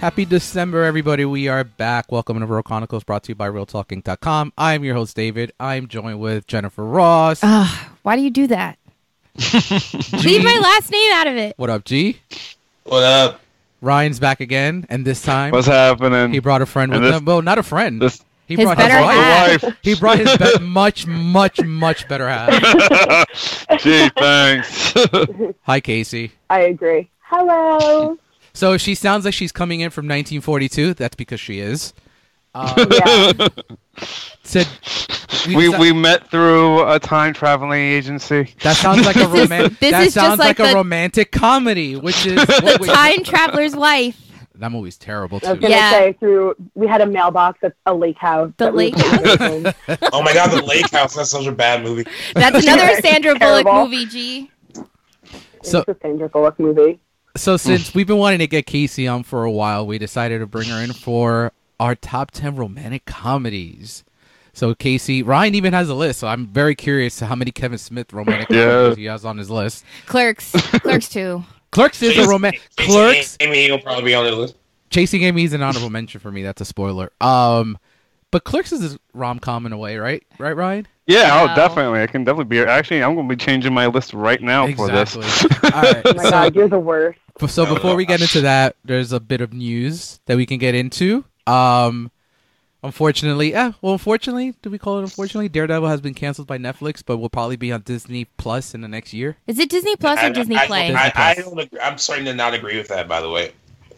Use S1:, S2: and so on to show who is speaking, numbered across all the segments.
S1: Happy December, everybody. We are back. Welcome to Real Chronicles, brought to you by RealTalking.com. I'm your host, David. I'm joined with Jennifer Ross.
S2: Why do you do that? Leave my last name out of it.
S1: what up, G?
S3: What up?
S1: Ryan's back again, and this time
S4: What's happening?
S1: he brought a friend with
S4: And this-
S1: him. Well, not a friend.
S4: this-
S1: he
S2: His
S1: brought
S2: better
S1: his wife.
S2: half.
S4: wife.
S1: He brought his be- much, much, much better half.
S4: Gee, thanks.
S1: Hi, Casey.
S5: I agree. Hello.
S1: So if she sounds like she's coming in from 1942, that's because she is. Um,
S5: Yeah.
S1: said,
S4: we we met through a time traveling agency.
S1: that sounds like a
S2: This is-
S1: romantic.
S2: this
S1: That
S2: is just
S1: sounds like,
S2: like
S1: a
S2: the-
S1: romantic comedy, which is what we,
S2: Time traveler's life.
S1: that movie's terrible
S5: I was
S1: too.
S5: gonna
S2: Yeah.
S5: say through we had a mailbox at a lake house.
S2: The
S5: that we
S2: lake
S5: would live in.
S3: Oh my god, the Lake House. That's such a bad movie.
S2: That's another
S5: It's
S2: Sandra Bullock
S5: terrible.
S2: movie. G.
S1: So-
S5: it's a Sandra Bullock movie.
S1: So since we've been wanting to get Casey on for a while, we decided to bring her in for our top ten romantic comedies. So Casey, Ryan even has a list. So I'm very curious to how many Kevin Smith romantic
S4: Yeah.
S1: comedies he has on his list.
S2: Clerks. Clerks too.
S1: Clerks is a romantic.
S3: Jason
S1: Clerks,
S3: Amy will probably be on the list.
S1: Chasing Amy is an honorable mention for me. That's a spoiler. Um, but Clerks is rom com in a way, right? Right, Ryan?
S4: Yeah,
S2: Wow.
S4: oh, definitely. I can definitely be. Actually, I'm going to be changing my list right now for this.
S1: All right.
S5: Oh my
S1: so,
S5: god, you're the worst.
S1: b- so before we get into that, there's a bit of news that we can get into. Um, unfortunately, eh, well, unfortunately, do we call it unfortunately? Daredevil has been canceled by Netflix, but will probably be on Disney Plus in the next year.
S2: Is it Disney Plus or
S3: I-
S2: Disney
S3: I,
S2: Play?
S3: I, I, don't agree. I'm starting to not agree with that, by the way.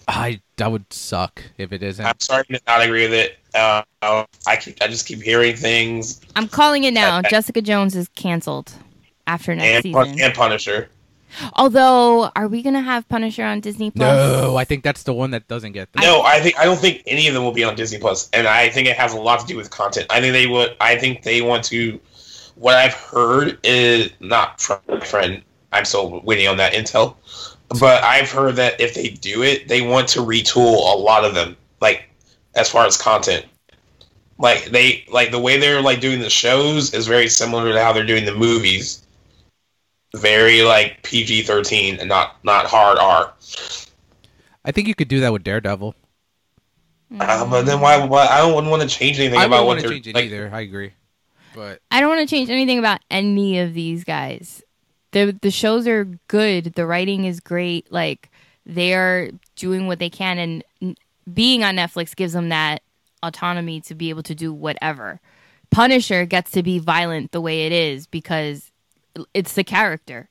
S1: I that would suck if it isn't.
S3: I'm starting to not agree with it. Uh, uh, I keep, I just keep hearing things
S2: I'm calling it now.
S3: I- I-
S2: Jessica Jones is canceled after next
S3: and,
S2: season.
S3: and Punisher.
S2: Although, are we gonna have Punisher on Disney Plus?
S1: No, I think that's the one that doesn't get.
S3: No, I think I don't think any of them will be on Disney Plus, and I think it has a lot to do with content. I think they would. I think they want to. What I've heard is not from my friend. I'm still waiting on that intel, but I've heard that if they do it, they want to retool a lot of them, like as far as content. Like they like the way they're like doing the shows is very similar to how they're doing the movies. Very like PG thirteen and not not hard R.
S1: I think you could do that with Daredevil.
S2: Hmm.
S3: Uh, but then why, why? I don't want to change anything
S1: I wouldn't
S3: about what
S1: want
S3: they're
S1: to change it
S3: like,
S1: either. I agree, but
S2: I don't want to change anything about any of these guys. The the shows are good. The writing is great. Like they are doing what they can, and n- being on Netflix gives them that autonomy to be able to do whatever. Punisher gets to be violent the way it is because it's the character.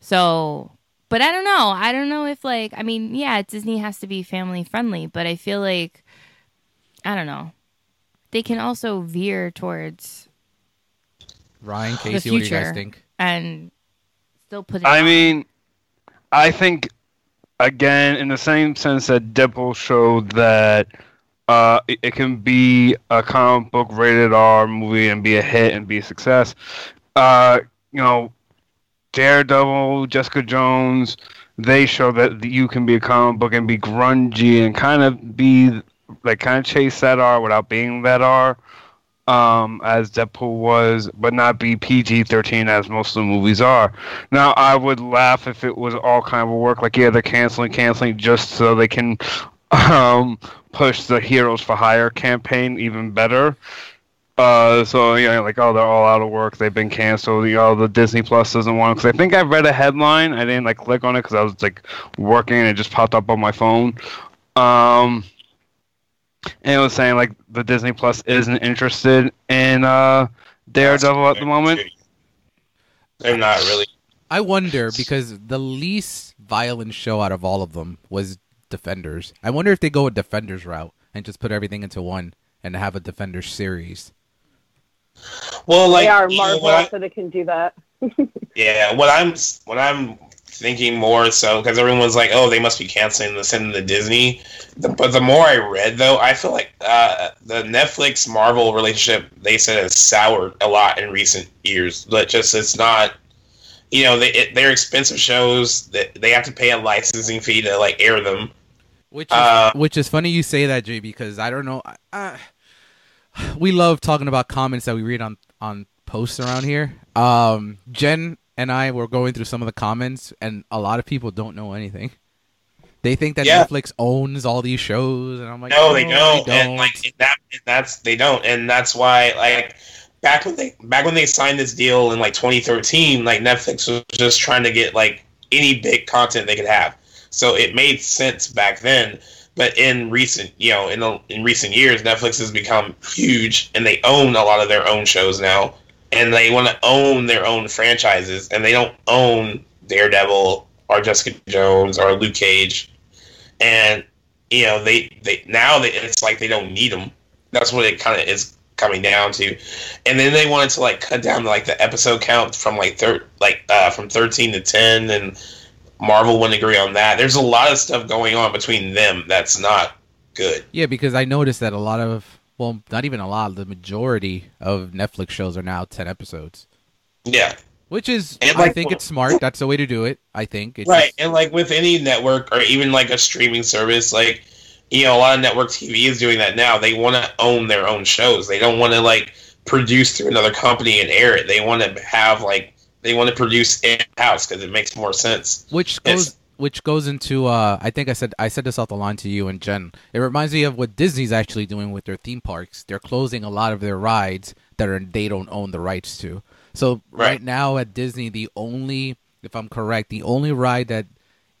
S2: So, but I don't know. I don't know if like I mean, yeah, Disney has to be family friendly, but I feel like I don't know. They can also veer towards
S1: Ryan, Casey, what do you guys
S2: future.
S1: think?
S2: and still put it.
S4: I
S2: out.
S4: mean, I think again in the same sense that Deadpool showed that uh, it, it can be a comic book rated R movie and be a hit and be a success. Uh, you know, Daredevil, Jessica Jones, they show that you can be a comic book and be grungy and kind of be like kind of chase that R without being that R. Um, as Deadpool was, but not be PG 13 as most of the movies are. Now I would laugh if it was all kind of work. Like yeah, they're canceling, canceling just so they can um, push the Heroes for Hire campaign even better. Uh, so you know, like oh, they're all out of work. They've been canceled. You know, the Disney Plus doesn't want because I think I read a headline. I didn't like click on it because I was like working and it just popped up on my phone. Um, and it was saying like the Disney Plus isn't interested in uh, Daredevil at the moment.
S3: They're not really.
S1: I wonder because the least violent show out of all of them was Defenders. I wonder if they go a Defenders route and just put everything into one and have a Defenders series.
S3: Well, like
S5: they are
S3: you know
S5: Marvel,
S3: what I-
S5: so they can do that.
S3: yeah, what I'm what I'm thinking more so because everyone's like, oh, they must be canceling this and the Disney. The, but the more I read, though, I feel like uh, the Netflix Marvel relationship they said has soured a lot in recent years. But just it's not. You know, they, it, they're expensive shows. That they have to pay a licensing fee to like air them.
S1: Which is,
S3: Uh,
S1: which is funny you say that, Jay, because I don't know. Uh, we love talking about comments that we read on on posts around here. Um, Jen and I were going through some of the comments, and a lot of people don't know anything. They think that
S3: Yeah.
S1: Netflix owns all these shows, and I'm like, "Oh,
S3: no, they don't.
S1: don't.
S3: And like and that, and that's they don't, and that's why like back when they back when they signed this deal in like 2013, like Netflix was just trying to get like any big content they could have. So it made sense back then, but in recent you know in the, in recent years, Netflix has become huge, and they own a lot of their own shows now, and they want to own their own franchises, and they don't own Daredevil or Jessica Jones or Luke Cage, and you know they they now they, it's like they don't need them that's what it kind of is coming down to and then they wanted to like cut down like the episode count from like thir- like uh from 13 to 10 and marvel wouldn't agree on that there's a lot of stuff going on between them that's not good
S1: Yeah, because I noticed that a lot of, well, not even a lot, the majority of Netflix shows are now 10 episodes,
S3: yeah
S1: which is,
S3: And,
S1: I
S3: like,
S1: think
S3: well-
S1: it's smart. That's the way to do it, I think. It's
S3: right
S1: just-
S3: and like with any network or even like a streaming service like you know a lot of network tv is doing that now they want to own their own shows they don't want to like produce through another company and air it they want to have like they want to produce in house because it makes more sense
S1: which
S3: Yes.
S1: goes which goes into uh I think I said I said this off the line to you and Jen. It reminds me of what Disney's actually doing with their theme parks. They're closing a lot of their rides that are they don't own the rights to. So right,
S3: Right.
S1: now at Disney the only if I'm correct, the only ride that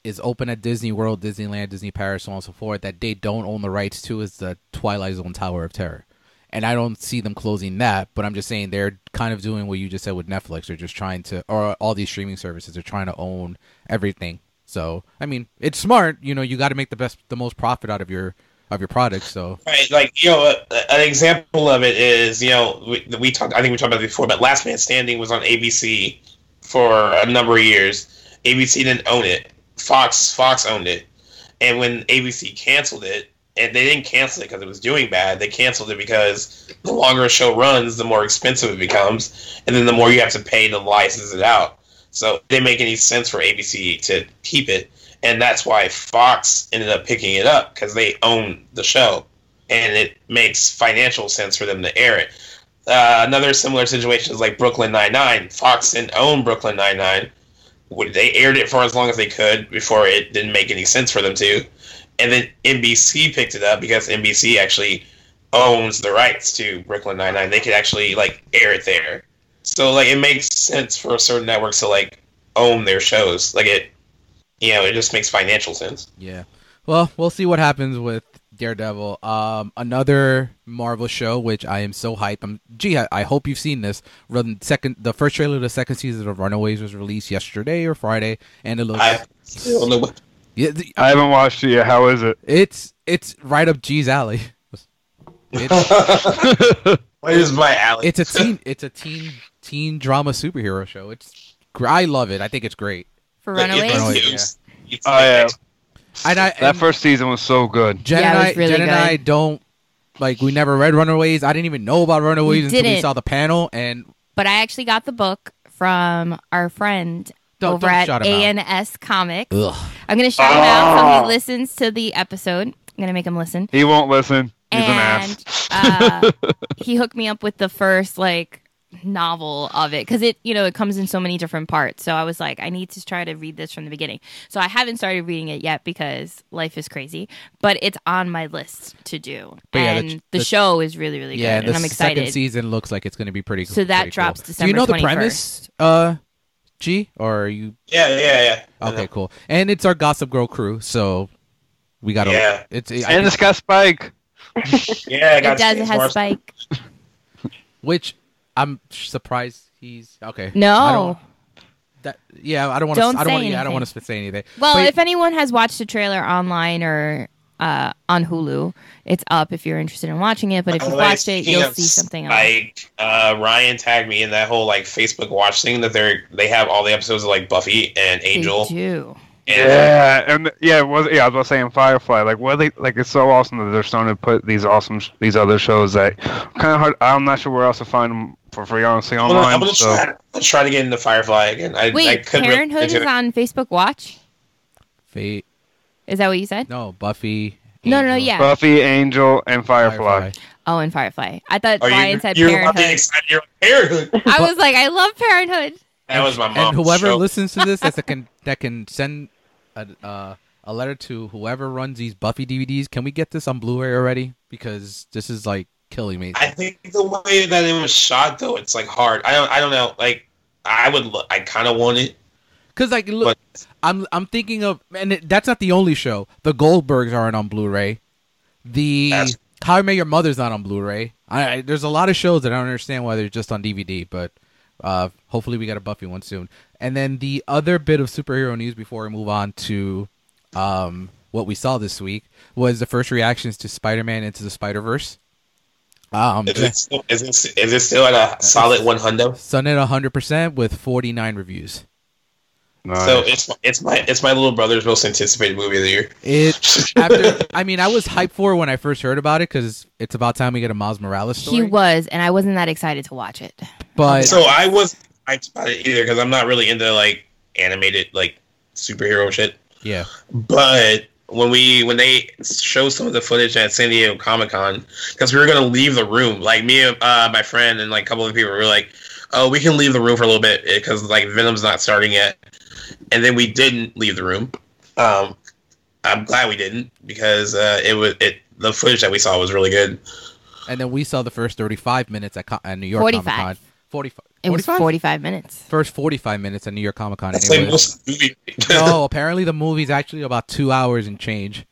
S1: is open at Disney World, Disneyland, Disney Paris, so on and so forth that they don't own the rights to is the Twilight Zone Tower of Terror. And I don't see them closing that, but I'm just saying they're kind of doing what you just said with Netflix. They're just trying to, or all these streaming services are trying to own everything. So I mean, it's smart. You know, you got to make the best, the most profit out of your of your product. So
S3: right like you know a, an example of it is you know we, we talked i think we talked about it before but last man standing was on abc for a number of years abc didn't own it fox fox owned it and when abc canceled it and they didn't cancel it because it was doing bad they canceled it because the longer a show runs the more expensive it becomes and then the more you have to pay to license it out so it didn't make any sense for abc to keep it and that's why fox ended up picking it up because they own the show and it makes financial sense for them to air it. Uh, another similar situation is like Brooklyn Nine Nine. Fox didn't own Brooklyn Nine Nine. They aired it for as long as they could before it didn't make any sense for them to, and then NBC picked it up because NBC actually owns the rights to Brooklyn Nine Nine. They could actually like air it there, so like it makes sense for certain networks to like own their shows. Like it, you know, it just makes financial sense.
S1: yeah. Well, we'll see what happens with Daredevil. Um, another Marvel show, which I am so hyped. I'm, gee, I, I hope you've seen this. Run second, the first trailer of the second season of Runaways was released yesterday or Friday, and it looks.
S3: I still know what.
S1: yeah, the-
S4: I haven't watched it yet. How is it?
S1: it's it's right up G's alley. It's,
S3: What is my alley?
S1: it's a teen it's a teen teen drama superhero show. It's gr- I love it. I think it's great.
S2: for
S3: Like, it's
S2: Runaways.
S1: Runaways.
S3: used.
S1: yeah.
S3: It's
S4: Oh, yeah.
S3: like-
S1: And I,
S4: That
S1: and-
S4: first season was so good.
S1: Jen
S2: Yeah,
S1: and
S2: it was
S1: I,
S2: really
S1: Jen and
S2: good.
S1: I don't like. We never read Runaways. I didn't even know about Runaways
S2: You
S1: until we
S2: didn't.
S1: saw the panel. And
S2: But I actually got the book from our friend
S1: Don't-
S2: over
S1: don't
S2: at
S1: shout him
S2: ANS Comics.
S1: ugh,
S2: I'm gonna shout him out so
S4: Ah.
S2: he listens to the episode. I'm gonna make him listen.
S4: He won't listen. He's an
S2: and
S4: ass.
S2: uh, he hooked me up with the first like novel of it because it you know it comes in so many different parts so i was like i need to try to read this from the beginning so i haven't started reading it yet because life is crazy but it's on my list to do
S1: But yeah, the-
S2: and the,
S1: the-
S2: show is really really
S1: yeah,
S2: good
S1: the
S2: and i'm
S1: second
S2: excited
S1: season looks like it's going to be pretty.
S2: so that
S1: pretty
S2: drops
S1: cool.
S2: december
S1: Do you know the
S2: 21st.
S1: premise? Uh, G or are you
S3: Yeah, yeah, yeah. I
S1: okay?
S3: know.
S1: Cool. And it's our Gossip Girl crew, so we got to
S3: Yeah.
S1: It's I
S4: And
S1: think-
S4: it's got Spike.
S3: Yeah, I got
S2: it does it
S3: James
S2: has
S3: Morrison.
S2: spike
S1: which I'm surprised he's okay.
S2: No.
S1: I don't- that, yeah, I don't want to.
S2: Don't
S1: I don't
S2: say
S1: want. Yeah, I don't want
S2: anything.
S1: to say anything.
S2: Well,
S1: But-
S2: if anyone has watched the trailer online or uh, on Hulu, it's up if you're interested in watching it. But if
S3: By
S2: you've
S3: the way,
S2: watched it,
S3: speaking
S2: you'll
S3: of
S2: see something else.
S3: Spike, uh, Ryan tagged me in that whole like Facebook watch thing that they're they have all the episodes of like Buffy and Angel.
S2: They do.
S3: And,
S4: Yeah, and yeah, it was yeah. I was about saying Firefly. Like, what they like? It's so awesome that they're starting to put these awesome sh- these other shows that kind of hard. I'm not sure where else to find them for free, honestly,
S3: I'm gonna,
S4: online.
S3: I'm gonna
S4: so.
S3: try, I'm try to get into Firefly again. I, I
S2: Wait,
S3: could really
S2: Parenthood
S3: into
S2: is
S3: it.
S2: on Facebook Watch.
S1: Fate.
S2: Is that what you said?
S1: No, Buffy.
S2: No, no, no,
S1: Angel,
S2: yeah.
S4: Buffy, Angel, and Firefly.
S2: Oh, and Firefly. I thought
S3: Are
S2: Ryan
S3: you,
S2: said
S3: you're about to get
S2: Parenthood.
S3: excited. You're like, Parenthood.
S2: I was like, I love Parenthood.
S3: That was my mom.
S1: And whoever
S3: show.
S1: listens to this, that can that can send a uh, a letter to whoever runs these Buffy DVDs. Can we get this on Blu-ray already? Because this is like killing me.
S3: I think the way that it was shot, though, it's like hard. I don't. I don't know. Like, I would. lo- I kind of want it,
S1: Because like, look,
S3: but
S1: I'm I'm thinking of, and it, that's not the only show. The Goldbergs aren't on Blu-ray. The
S3: That's-
S1: How I Met Your Mother's not on Blu-ray. I, I there's a lot of shows that I don't understand why they're just on DVD, but uh, hopefully we got a Buffy one soon. And then the other bit of superhero news before we move on to um, what we saw this week was the first reactions to Spider-Man into the Spider-Verse. Um,
S3: is it still, is it, is it still at a solid one hundred?
S1: Sunday 100% with 49 reviews.
S4: Nice.
S3: So it's it's my it's my little brother's most anticipated movie of the year.
S1: It after I mean I was hyped for it when I first heard about it because it's about time we get a Miles Morales story.
S2: He was, and I wasn't that excited to watch it.
S1: but
S3: So I was hyped about it either because I'm not really into like animated like superhero shit.
S1: yeah,
S3: But when we when they showed some of the footage at San Diego Comic Con, because we were gonna leave the room, like me and uh, my friend and like a couple of people were like, "Oh, we can leave the room for a little bit because like Venom's not starting yet," and then we didn't leave the room. Um, I'm glad we didn't because uh, it was it the footage that we saw was really good.
S1: and then we saw the first 35 minutes at, co- at New York
S2: 45.
S1: Comic Con. 45.
S2: It was
S1: 45?
S2: 45 minutes.
S1: First 45 minutes at New York Comic Con.
S3: That's
S1: and it
S3: like
S1: was-
S3: most movie.
S1: no, apparently the movie's actually about two hours and change.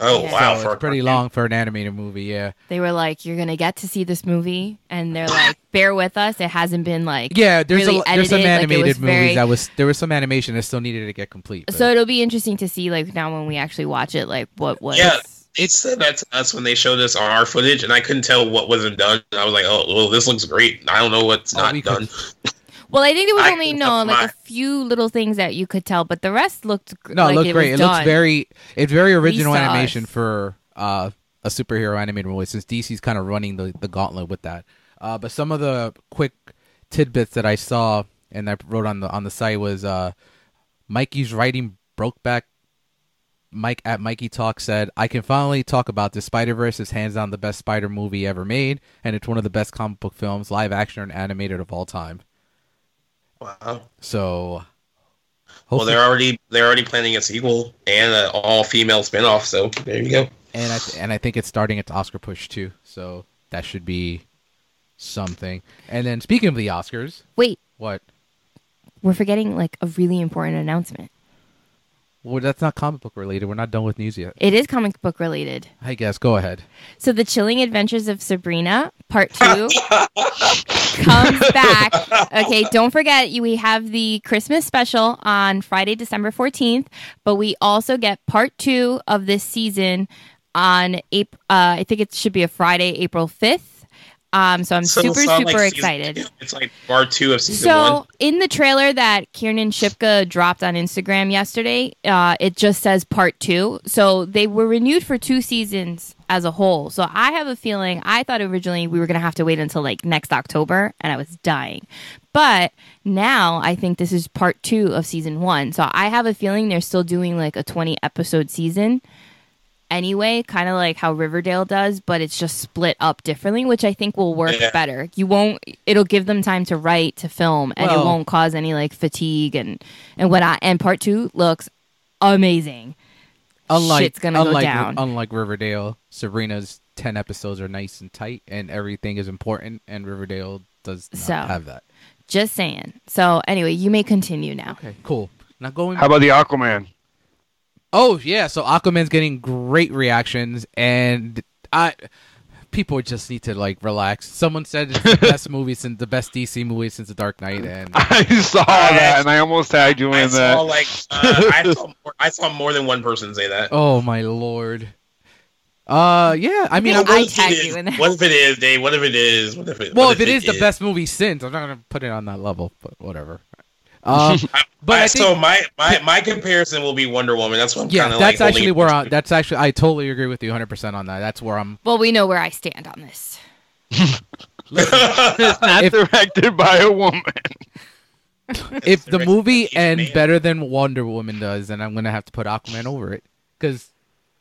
S3: oh
S2: Yeah.
S3: wow,
S1: so
S3: for a
S1: it's pretty
S3: cartoon.
S1: long for an animated movie. Yeah,
S2: They were like, "You're gonna get to see this movie," and they're like, "Bear with us. It hasn't been like
S1: yeah. There's
S2: Really
S1: a, there's some
S2: edited, like, it
S1: animated
S2: was
S1: movies
S2: very-
S1: that was there was some animation that still needed to get complete. but-
S2: So it'll be interesting to see like now when we actually watch it, like what was
S3: Yeah. It said that to us when they showed us our footage, and I couldn't tell what wasn't done. I was like, "Oh, well, this looks great. I don't know what's
S1: Oh,
S3: not
S1: we could-
S3: done."
S2: Well, I think there was
S3: I
S2: only
S3: can
S2: no
S3: have
S2: like
S3: mine.
S2: a few little things that you could tell, but the rest looked gr-
S1: No,
S2: like
S1: it looked
S2: it
S1: great.
S2: Was
S1: It
S2: done.
S1: looks very it's very original
S2: saw
S1: animation
S2: us.
S1: for uh, a superhero animated movie since DC's kind of running the, the gauntlet with that. Uh, but some of the quick tidbits that I saw and I wrote on the on the site was uh, Mikey's writing Brokeback Mike at Mikey Talk said, I can finally talk about this. Spider Verse is hands down the best spider movie ever made, and it's one of the best comic book films, live action and animated of all time.
S3: Wow.
S1: So
S3: Well,
S1: hopefully-
S3: they're already they're already planning a sequel and an all female spinoff. So there you go.
S1: and I th- and I think it's starting its Oscar push too. So that should be something. And then speaking of the Oscars,
S2: Wait,
S1: what?
S2: we're forgetting like a really important announcement.
S1: Well, that's not comic book related. We're not done with news yet.
S2: It is comic book related.
S1: I guess go ahead.
S2: So, The Chilling Adventures of Sabrina, part two, comes back. Okay, don't forget, you- we have the Christmas special on Friday, December 14th, but we also get part two of this season on April, uh, I think it should be a Friday, April 5th. Um, so, I'm
S3: So
S2: super,
S3: it's not like
S2: super
S3: season
S2: excited.
S3: two, It's like part two of season
S2: So
S3: one.
S2: in the trailer that Kiernan Shipka dropped on Instagram yesterday, uh, it just says part two. So they were renewed for two seasons as a whole. So I have a feeling. I thought originally we were gonna have to wait until like next October, and I was dying. But now I think this is part two of season one. So I have a feeling they're still doing like a twenty episode season anyway, kind of like how Riverdale does, but it's just split up differently, which I think will work
S3: Yeah.
S2: better. You won't. It'll give them time to write, to film, and
S1: Well-
S2: it won't cause any like fatigue and and whatnot. And part two looks amazing.
S1: Unlike
S2: Shit's gonna go
S1: unlike
S2: down.
S1: unlike Riverdale, Sabrina's ten episodes are nice and tight, and everything is important. And Riverdale does not
S2: So.
S1: have that.
S2: Just saying. So anyway, you may continue now.
S1: Okay, cool. Now going.
S4: How about the Aquaman?
S1: Oh yeah, so Aquaman's getting great reactions, and I people just need to like relax. Someone said it's the best movie since the best DC movie since The Dark Knight, and
S4: I saw that and I almost tagged you
S3: I
S4: in
S3: saw
S4: that.
S3: like uh, I saw more, I saw more than one person say that.
S1: oh my lord. Uh yeah, I mean,
S2: Well,
S1: I'm,
S3: But what
S2: I
S3: if it
S2: tagged
S3: is-
S2: you in that.
S3: What if it is, Dave? What if it is? What if it?
S1: well,
S3: what
S1: if it is the best movie since, I'm not gonna put it on that level, but whatever. Um, but
S3: I-
S1: I think
S3: so my, my my comparison will be Wonder Woman. That's what I'm
S1: yeah,
S3: kind of
S1: that's
S3: like
S1: actually
S3: holding-
S1: where I, that's actually I totally agree with you 100 percent on that. That's where I'm.
S2: Well, we know where I stand on this.
S4: It's not
S1: If-
S4: directed by a woman.
S1: if
S3: It's
S1: the
S3: directed
S1: movie
S3: by
S1: and
S3: Aquaman.
S1: better than Wonder Woman does, then I'm gonna have to put Aquaman over it because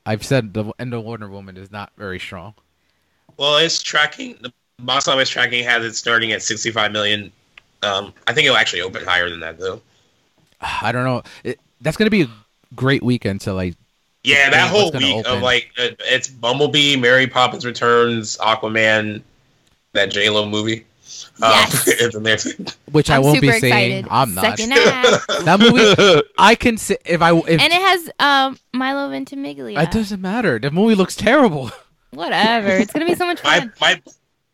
S1: I've said the end of Wonder Woman is not very strong.
S3: Well, it's tracking. The box office tracking has it starting at 65 million. Um, I think it'll actually open higher than that, though.
S1: I don't know. It, that's gonna be a great weekend to like
S3: Yeah,
S1: Dang, what's
S3: that whole
S1: gonna
S3: week
S1: open?
S3: of like it- it's Bumblebee, Mary Poppins Returns, Aquaman, that J Lo movie.
S2: Yes.
S3: Um, and then there's-
S1: which I
S2: I'm
S1: won't be
S2: super excited.
S1: seeing. I'm not.
S2: Second act.
S1: That movie, I can see if I if
S2: and it has um, Milo Ventimiglia.
S1: it doesn't matter. The movie looks terrible.
S2: Whatever. It's gonna be so much
S3: my
S2: fun.
S3: my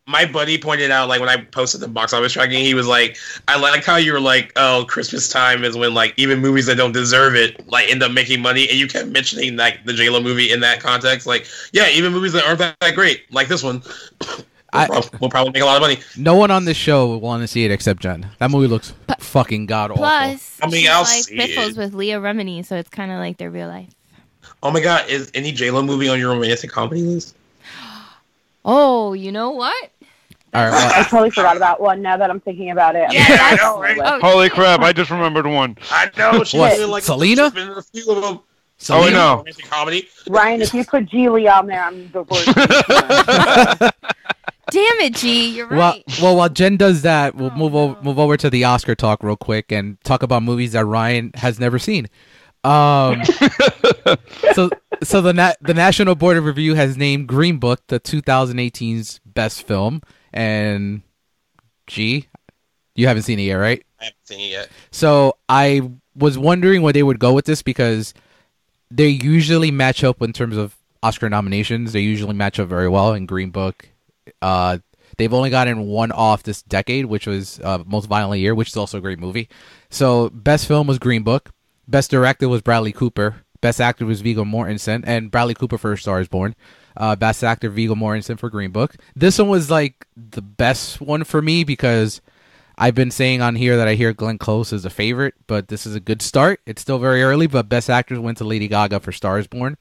S3: my buddy pointed out like when I posted the box office tracking, he was like, "I like how you were like, oh, Christmas time is when like even movies that don't deserve it like end up making money." And you kept mentioning like the J Lo movie in that context, like, yeah, even movies that aren't that, that great, like this one, will
S1: I-
S3: prob- will probably make a lot of money.
S1: No one on this show will want to see it except Jen. That movie looks fucking god awful.
S2: Plus,
S3: I mean,
S2: she's
S3: I'll
S2: like
S3: see
S2: biffles
S3: it.
S2: with Leah Remini, so it's kind of like their real life.
S3: Oh my god, is any J Lo movie on your romantic comedy list?
S2: Oh, you know what?
S1: All right, well,
S5: I totally forgot about one now that I'm thinking about it. I'm
S2: Yeah,
S5: like,
S2: that's-
S5: I don't know.
S2: oh,
S4: Holy crap! I just remembered one.
S3: I know she
S1: What,
S3: really like
S1: Selena?
S3: she's been in a few of them.
S1: Selena?
S4: Oh, I know.
S3: Romantic comedy.
S2: Oh.
S5: Ryan, if you put Geely on there, I'm divorced.
S2: Damn it, G, you're
S1: Well,
S2: right.
S1: well, while Jen does that, we'll
S2: Oh,
S1: move over
S2: no.
S1: move over to the Oscar talk real quick and talk about movies that Ryan has never seen. Um, so, so the Na- the National Board of Review has named Green Book the 2018's best film, and G, you haven't seen it yet, right?
S3: I haven't seen it yet.
S1: So I was wondering where they would go with this because they usually match up in terms of Oscar nominations. They usually match up very well in Green Book. Uh, they've only gotten one off this decade, which was uh, Most Violent Year, which is also a great movie. So best film was Green Book. Best director was Bradley Cooper. Best actor was Viggo Mortensen, and Bradley Cooper for A Star Is Born. Uh, best actor Viggo Mortensen for Green Book. This one was like the best one for me because I've been saying on here that I hear Glenn Close is a favorite, but this is a good start. It's still very early, but Best Actors went to Lady Gaga for *Stars Born*.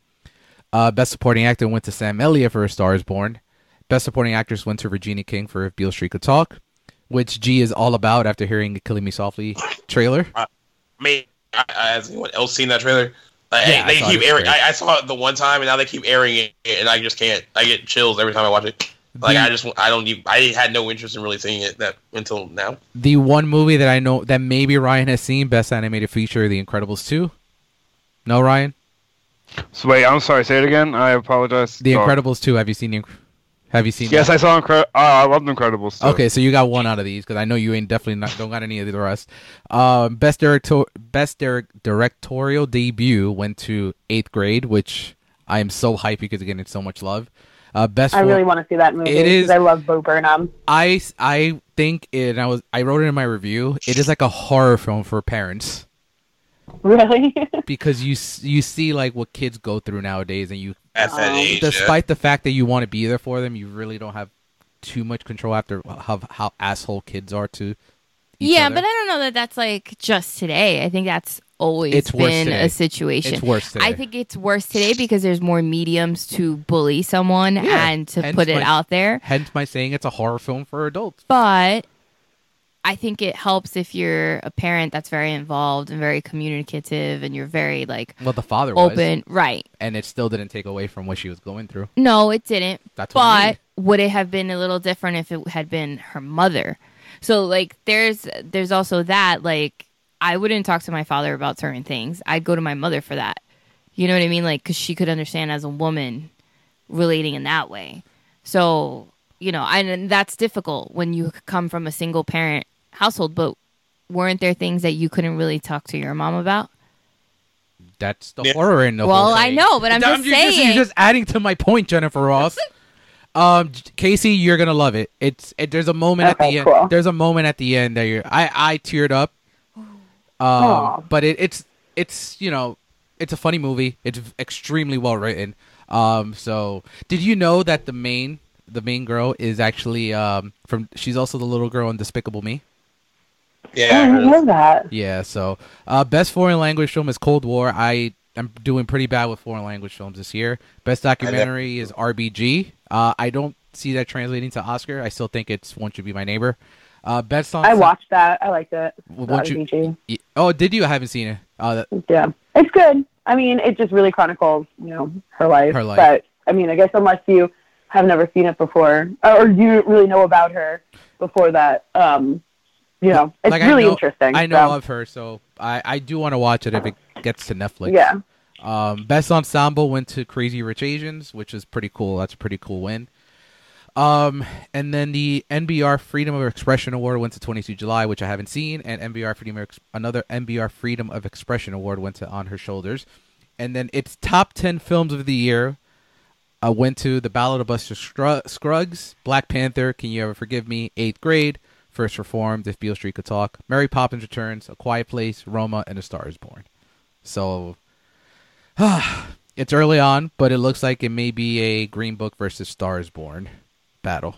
S1: Uh, Best Supporting Actor went to Sam Elliott for *A Star Is Born*. Best Supporting Actress went to Regina King for *If Beale Street Could Talk*, which G is all about after hearing the "Killing Me Softly" trailer.
S3: I mean, I, I, has anyone else seen that trailer? Like,
S1: Yeah, I
S3: they
S1: saw
S3: keep
S1: it.
S3: airing. I, I saw it the one time, and now they keep airing it, and I just can't. I get chills every time I watch it. Like
S1: The-
S3: I just, I don't even. I had no interest in really seeing it that until now.
S1: The one movie that I know that maybe Ryan has seen, Best Animated Feature, The Incredibles 2. No, Ryan.
S4: So wait, I'm sorry. Say it again. I apologize.
S1: The
S4: Oh.
S1: Incredibles 2. Have you seen? The, Inc- have you seen?
S4: Yes, I saw Incredibles. Oh, I love Incredibles. Too.
S1: Okay, so you got one out of these because I know you ain't definitely not don't got any of the rest. Um, best director, best dir- directorial debut went to Eighth Grade, which I am so hyped because it's getting so much love. Uh, best
S5: I
S1: for-
S5: really want to see that movie.
S1: It is-
S5: 'cause I love Bo Burnham.
S1: I I think it. And I was I wrote it in my review. It is like a horror film for parents.
S5: Really?
S1: because you s- you see like what kids go through nowadays, and you
S3: At that
S2: Oh.
S5: Um,
S3: age, yeah.
S1: despite the fact that you want to be there for them, you really don't have too much control after how how asshole kids are to. each
S2: yeah,
S1: other.
S2: but I don't know that that's like just today. I think that's always
S1: It's worse
S2: been
S1: today.
S2: a situation.
S1: it's worse. Today.
S2: I think it's worse today because there's more mediums to bully someone
S1: Yeah,
S2: and to
S1: hence
S2: put it
S1: my-
S2: out there.
S1: Hence my saying it's a horror film for adults.
S2: But I think it helps if you're a parent that's very involved and very communicative and you're very like
S1: Well, the father was,
S2: open. Right.
S1: and it still didn't take away from what she was going through.
S2: No, it didn't.
S1: That's what I mean.
S2: but would it have been a little different if it had been her mother? So like there's there's also that like I wouldn't talk to my father about certain things. I'd go to my mother for that. You know what I mean? Like cuz she could understand as a woman relating in that way. So, you know, and and that's difficult when you come from a single parent household, but weren't there things that you couldn't really talk to your mom about?
S1: That's the
S3: Yeah.
S1: horror in the
S2: well,
S1: whole
S2: I
S1: thing.
S2: know, but I'm just
S1: you're
S2: saying.
S1: you're just adding to my point, Jennifer Ross. um, J- Casey, you're gonna love it. It's it, there's a moment at
S5: Okay,
S1: the
S5: cool.
S1: end. There's a moment at the end that you're. I I teared up.
S5: Aw.
S1: Um, but it, it's it's you know, it's a funny movie. It's extremely well written. Um, so did you know that the main the main girl is actually um from she's also the little girl in Despicable Me.
S3: yeah,
S5: I
S3: I
S5: didn't
S3: heard.
S5: know that.
S1: Yeah, so uh, best foreign language film is Cold War. I am doing pretty bad with foreign language films this year. Best documentary is RBG. Uh, I don't see that translating to Oscar. I still think it's Won't You Be My Neighbor. Uh, best song.
S5: I watched that. I liked it.
S1: Well,
S5: The
S1: won't you-
S5: RPG.
S1: Y- Oh, did you? I haven't seen it. Uh, that-
S5: Yeah, it's good. I mean, it just really chronicles, you know, her life.
S1: Her life.
S5: But I mean, I guess unless you have never seen it before, or you don't really know about her before that, um, you know, it's
S1: Like, I
S5: really
S1: know-
S5: interesting.
S1: I know
S5: so,
S1: of her, so I, I do want to watch it if it gets to Netflix.
S5: yeah,
S1: Um, best ensemble went to Crazy Rich Asians, which is pretty cool. That's a pretty cool win. Um, and then the NBR Freedom of Expression Award went to 22 July, which I haven't seen, and NBR Freedom of Ex- another NBR Freedom of Expression Award went to On Her Shoulders, and then its top 10 films of the year uh, went to The Ballad of Buster Scrugg- Scruggs, Black Panther, Can You Ever Forgive Me, Eighth Grade, First Reformed, If Beale Street Could Talk, Mary Poppins Returns, A Quiet Place, Roma, and A Star Is Born. So, it's early on, but it looks like it may be a Green Book versus Star Is Born battle.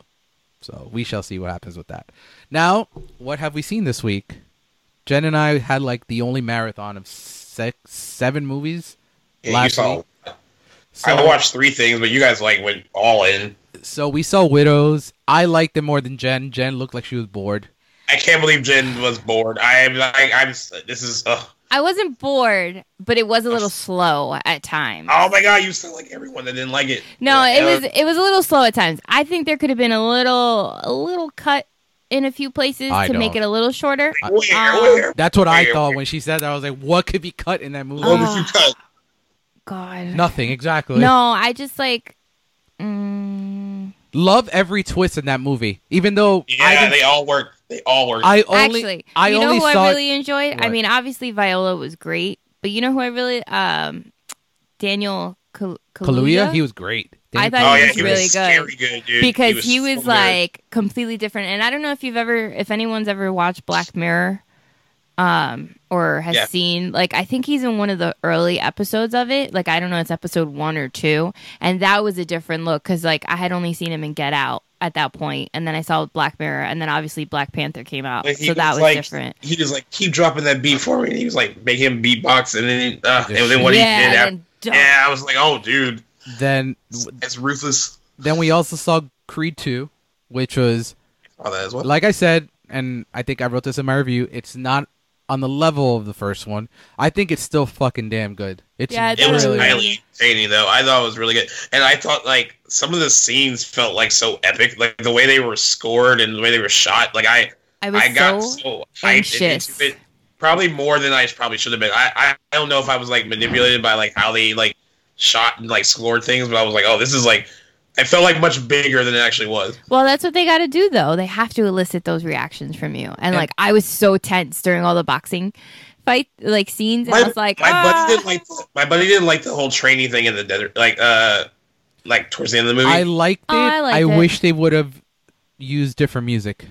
S1: So we shall see what happens with that. Now, what have we seen this week? Jen and I had like the only marathon of six, seven movies.
S3: Yeah, you
S1: last
S3: saw.
S1: week. So,
S3: I watched three things, but you guys like went all in.
S1: so we saw Widows. I liked it more than Jen. Jen looked like she was bored.
S3: I can't believe Jen was bored. I am like, I'm. This is. Uh,
S2: I wasn't bored, but it was a little slow at times.
S3: oh my god, you sound like everyone that didn't like it.
S2: No,
S3: Like,
S2: it
S3: uh,
S2: was it was a little slow at times. I think there could have been a little a little cut in a few places
S1: I
S2: to make
S1: don't-
S2: it a little shorter.
S3: Where,
S2: um,
S3: where?
S1: That's what I
S3: Yeah.
S1: thought when she said that. I was like, what could be cut in that movie?
S3: What
S2: Uh,
S3: would you cut?
S2: God.
S1: Nothing, exactly.
S2: No, I just like mm,
S1: Love every twist in that movie. Even though I
S3: Yeah,
S1: didn't,
S3: they all work. They all work.
S1: I only
S2: actually
S1: I
S2: you know
S1: only
S2: who
S1: saw
S2: I
S1: it-
S2: really enjoyed? I
S1: What?
S2: mean, obviously Viola was great, but you know who I really um Daniel Kal-
S1: Kaluuya, he was great. Daniel
S2: I thought
S3: oh
S2: he
S3: yeah,
S2: was
S3: he
S2: really
S3: was
S2: good.
S3: scary good, dude.
S2: because he was,
S3: so good.
S2: like completely different. And I don't know if you've ever, if anyone's ever watched Black Mirror, um, or has
S3: Yeah.
S2: seen. Like, I think he's in one of the early episodes of it. Like, I don't know, it's episode one or two, and that was a different look because like I had only seen him in Get Out at that point, and then I saw Black Mirror, and then obviously Black Panther came out,
S3: But he
S2: so that
S3: was,
S2: was
S3: like,
S2: different.
S3: He just like keep dropping that beat for me. And he was like make him beatbox, and then uh,
S1: Yeah,
S3: and then what
S2: yeah,
S3: he did. After,
S2: and then dumb.
S3: yeah, I was like, oh dude,
S1: Then
S3: it's ruthless.
S1: then we also saw Creed 2, which was
S3: All Oh, that as well.
S1: like I said and I think I wrote this in my review, it's not on the level of the first one. I think it's still fucking damn good. It's
S2: Yeah, it's
S3: It was
S2: Really?
S3: highly entertaining, though. I thought it was really good, and I thought like some of the scenes felt like so epic, like the way they were scored and the way they were shot. Like I,
S2: I was
S3: I got
S2: so
S3: so hyped
S2: anxious.
S3: into it, probably more than I probably should have been. I, I, I don't know if I was like manipulated by like how they like shot and like scored things, but I was like, oh, this is like, it felt like much bigger than it actually was.
S2: Well, that's what they got to do, though. They have to elicit those reactions from you. And
S1: And-
S2: like, I was so tense during all the boxing fight, like scenes, and I was like,
S3: my
S2: ah.
S3: buddy didn't like, the- my buddy didn't like the whole training thing in the desert, like uh, like towards the end of the movie.
S1: I liked it.
S2: Oh, I liked it.
S1: wish they would have used different music.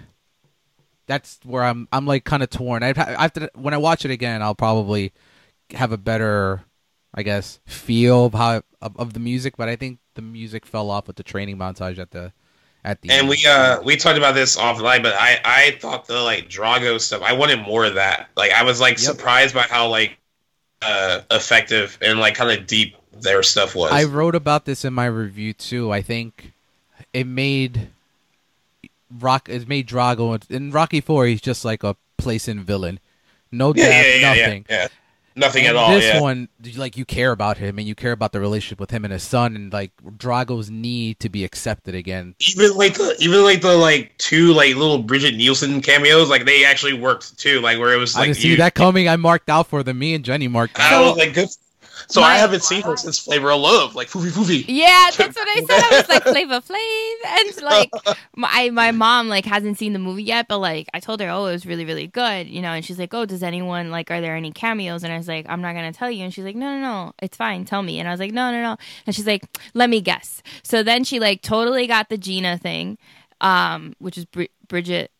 S1: That's where I'm I'm like kind of torn. I'd ha- after when I watch it again, I'll probably have a better I guess feel of how of, of the music, but I think the music fell off with the training montage at the at the
S3: And
S1: end.
S3: we uh we talked about this offline, but I I thought the like Drago stuff. I wanted more of that. Like I was like
S1: Yep.
S3: surprised by how like uh effective and like kind of deep their stuff was.
S1: I wrote about this in my review too. I think it made Rock it made Drago in Rocky 4 he's just like a place-in villain. No
S3: yeah, yeah,
S1: death,
S3: yeah, yeah,
S1: nothing.
S3: yeah. Nothing
S1: And
S3: at all.
S1: This
S3: yeah.
S1: one, d- like you care about him and you care about the relationship with him and his son, and like Drago's need to be accepted again.
S3: Even like the even like the like two like little Bridget Nielsen cameos, like they actually worked too. Like where it was
S1: I
S3: like
S1: didn't see
S3: you- Ah.
S1: that coming. I marked out for them. Me and Jenny marked
S3: I
S1: out.
S3: was like good. So
S2: My-
S3: I haven't seen her since Flavor of Love. Like poofy poofy.
S2: Yeah, that's what I said. I was like, Flavor Flav, and like my my mom like hasn't seen the movie yet, but like I told her, oh, it was really really good, you know. And she's like, oh, does anyone like are there any cameos? And I was like, I'm not gonna tell you. And she's like, no, no, no, it's fine, tell me. And I was like, no, no, no. And she's like, let me guess. So then she like totally got the Gina thing, um, which is Br- Bridget.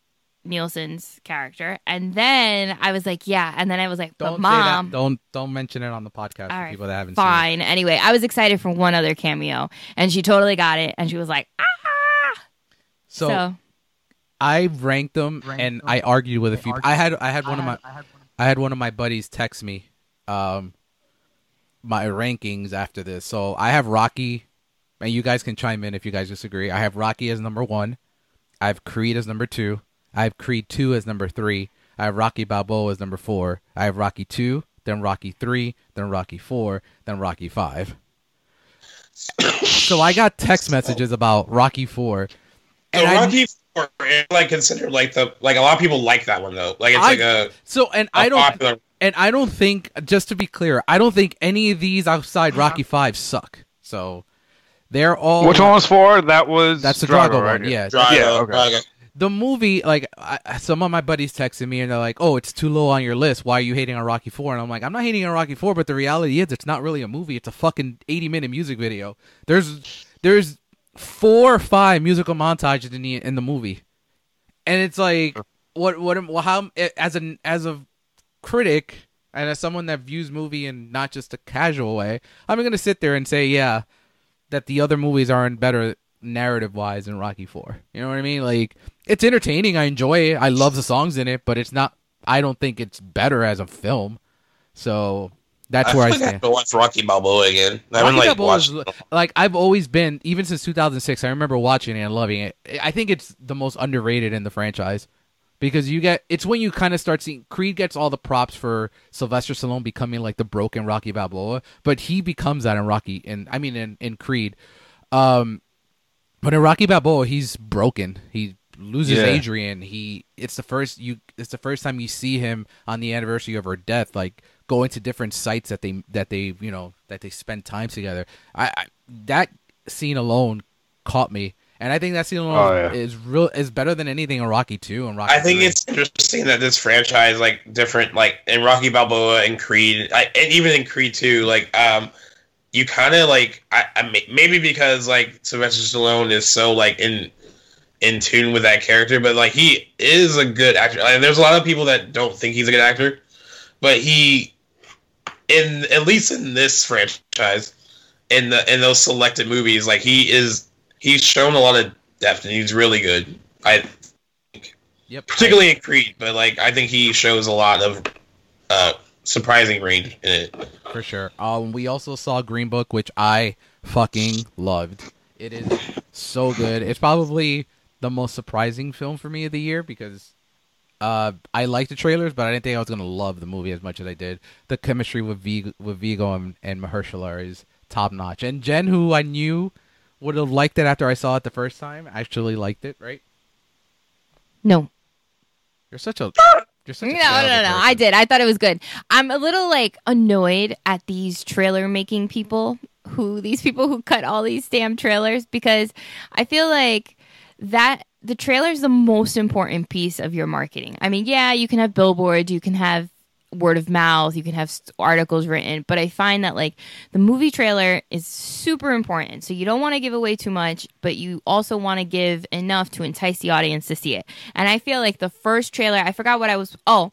S2: Nielsen's character, and then I was like, "Yeah," and then I was like, "But
S1: don't say
S2: mom,
S1: that. Don't don't mention it on the podcast
S2: All
S1: for
S2: right,
S1: people that haven't seen.
S2: fine. Anyway, I was excited for one other cameo, and she totally got it, and she was like, ah.
S1: It.
S2: So,
S1: So, I ranked them
S6: Ranked
S1: and
S6: them.
S1: I argued with a
S6: I
S1: few.
S6: argued.
S1: I had I had one of my
S6: I had one
S1: I had one of my buddies text me, um, my rankings after this. So I have Rocky, and you guys can chime in if you guys disagree. I have Rocky as number one. I have Creed as number two. I have Creed two as number three. I have Rocky Balboa as number four. I have Rocky two, then Rocky three, then Rocky four, then Rocky five. so I got text messages about Rocky four.
S3: So
S1: And I-
S3: Rocky Four, like considered like the like a lot of people like that one though. Like it's
S1: I-
S3: like a
S1: so and
S3: I
S1: I don't
S3: popular
S1: and I don't think, just to be clear, I don't think any of these outside Rocky Five suck. So they're all.
S4: Uh-huh. Which one was for? That was
S1: That's the
S4: Drago,
S1: Drago
S4: right?
S1: one. Yeah.
S3: Drago,
S4: Yeah, okay.
S3: Drago.
S1: The movie, like, I, some of my buddies texted me and they're like, "Oh, it's too low on your list. Why are you hating on Rocky Four? And I'm like, "I'm not hating on Rocky Four, but the reality is, it's not really a movie. It's a fucking 80 minute music video. There's there's four or five musical montages in the in the movie, and it's like, what what am- well, how as an as a critic and as someone that views movie in not just a casual way, I'm gonna sit there and say, yeah, that the other movies aren't better narrative wise than Rocky Four. You know what I mean? Like it's entertaining. I enjoy it. I love the songs in it, but it's not. I don't think it's better as a film. So that's
S3: I
S1: where I
S3: feel like I have
S1: stand.
S3: to watch Rocky Balboa again. I haven't
S1: Rocky
S3: like
S1: Balboa is
S3: watched.
S1: l- like I've always been, even since 2006. I remember watching it and loving it. I- I think it's the most underrated in the franchise because you get it's when you kind of start seeing Creed gets all the props for Sylvester Stallone becoming like the broken Rocky Balboa, but he becomes that in Rocky and I mean in in Creed. Um, but in Rocky Balboa, he's broken. He loses
S4: Yeah.
S1: Adrian. He it's the first you it's the first time you see him on the anniversary of her death, like going to different sites that they that they you know that they spend time together. I, I that scene alone caught me, and I think that scene alone
S4: Oh, yeah.
S1: is real is better than anything in Rocky Two and Rocky.
S3: I think
S1: III.
S3: it's interesting that this franchise, like different, like in Rocky Balboa and Creed, I, and even in Creed Two, like um, you kind of like I, I may- maybe because like Sylvester Stallone is so like in in tune with that character, but like he is a good actor. And there's a lot of people that don't think he's a good actor, but he in at least in this franchise, in the in those selected movies, like he is he's shown a lot of depth and he's really good. I
S1: yep.
S3: particularly in Creed, but like I think he shows a lot of uh, surprising range in it.
S1: for sure. Um, we also saw Green Book, which I fucking loved. It is so good. It's probably the most surprising film for me of the year because uh, I liked the trailers, but I didn't think I was gonna love the movie as much as I did. The chemistry with Vig- with Vigo and, and Mahershala is top notch, and Jen, who I knew would have liked it after I saw it the first time, actually liked it. Right?
S2: No.
S1: You're such a you're such
S2: No,
S1: a
S2: no,
S1: terrible
S2: no, no. I
S1: person.
S2: did. I thought it was good. I'm a little like annoyed at these trailer making people who these people who cut all these damn trailers because I feel like that the trailer is the most important piece of your marketing. I mean, yeah, you can have billboards, you can have word of mouth, you can have s- articles written, but I find that like the movie trailer is super important. So you don't want to give away too much, but you also want to give enough to entice the audience to see it. And I feel like the first trailer, I forgot what I was oh,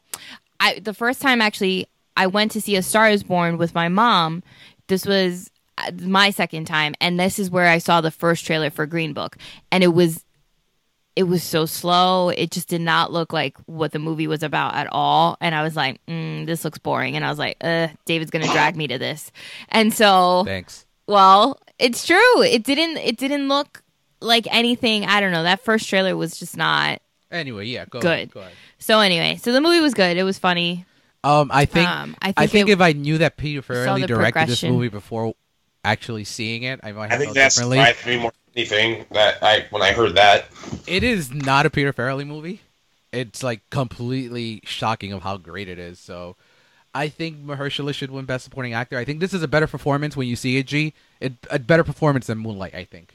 S2: I the first time actually I went to see A Star Is Born with my mom. This was uh, my second time and this is where I saw the first trailer for Green Book and it was it was so slow. It just did not look like what the movie was about at all. And I was like, mm, this looks boring. And I was like, uh, David's gonna drag me to this. And so,
S1: Thanks.
S2: well, it's true. It didn't. It didn't look like anything. I don't know. That first trailer was just not.
S1: Anyway, yeah, go
S2: Good.
S1: Ahead, go ahead.
S2: So anyway, so the movie was good. It was funny.
S1: Um, I think
S2: Um, I
S1: I
S2: think
S1: think,
S2: it-
S1: if I knew that Peter Farrelly
S2: the
S1: directed this
S2: progression.
S1: movie before actually seeing it, I might
S3: I
S1: have
S3: think
S1: felt
S3: that's
S1: differently.
S3: surprised me more than anything that I when I heard that.
S1: It is not a Peter Farrelly movie. It's like completely shocking of how great it is. So, I think Mahershala should win Best Supporting Actor. I think this is a better performance when you see it. G, it, a better performance than Moonlight. I think.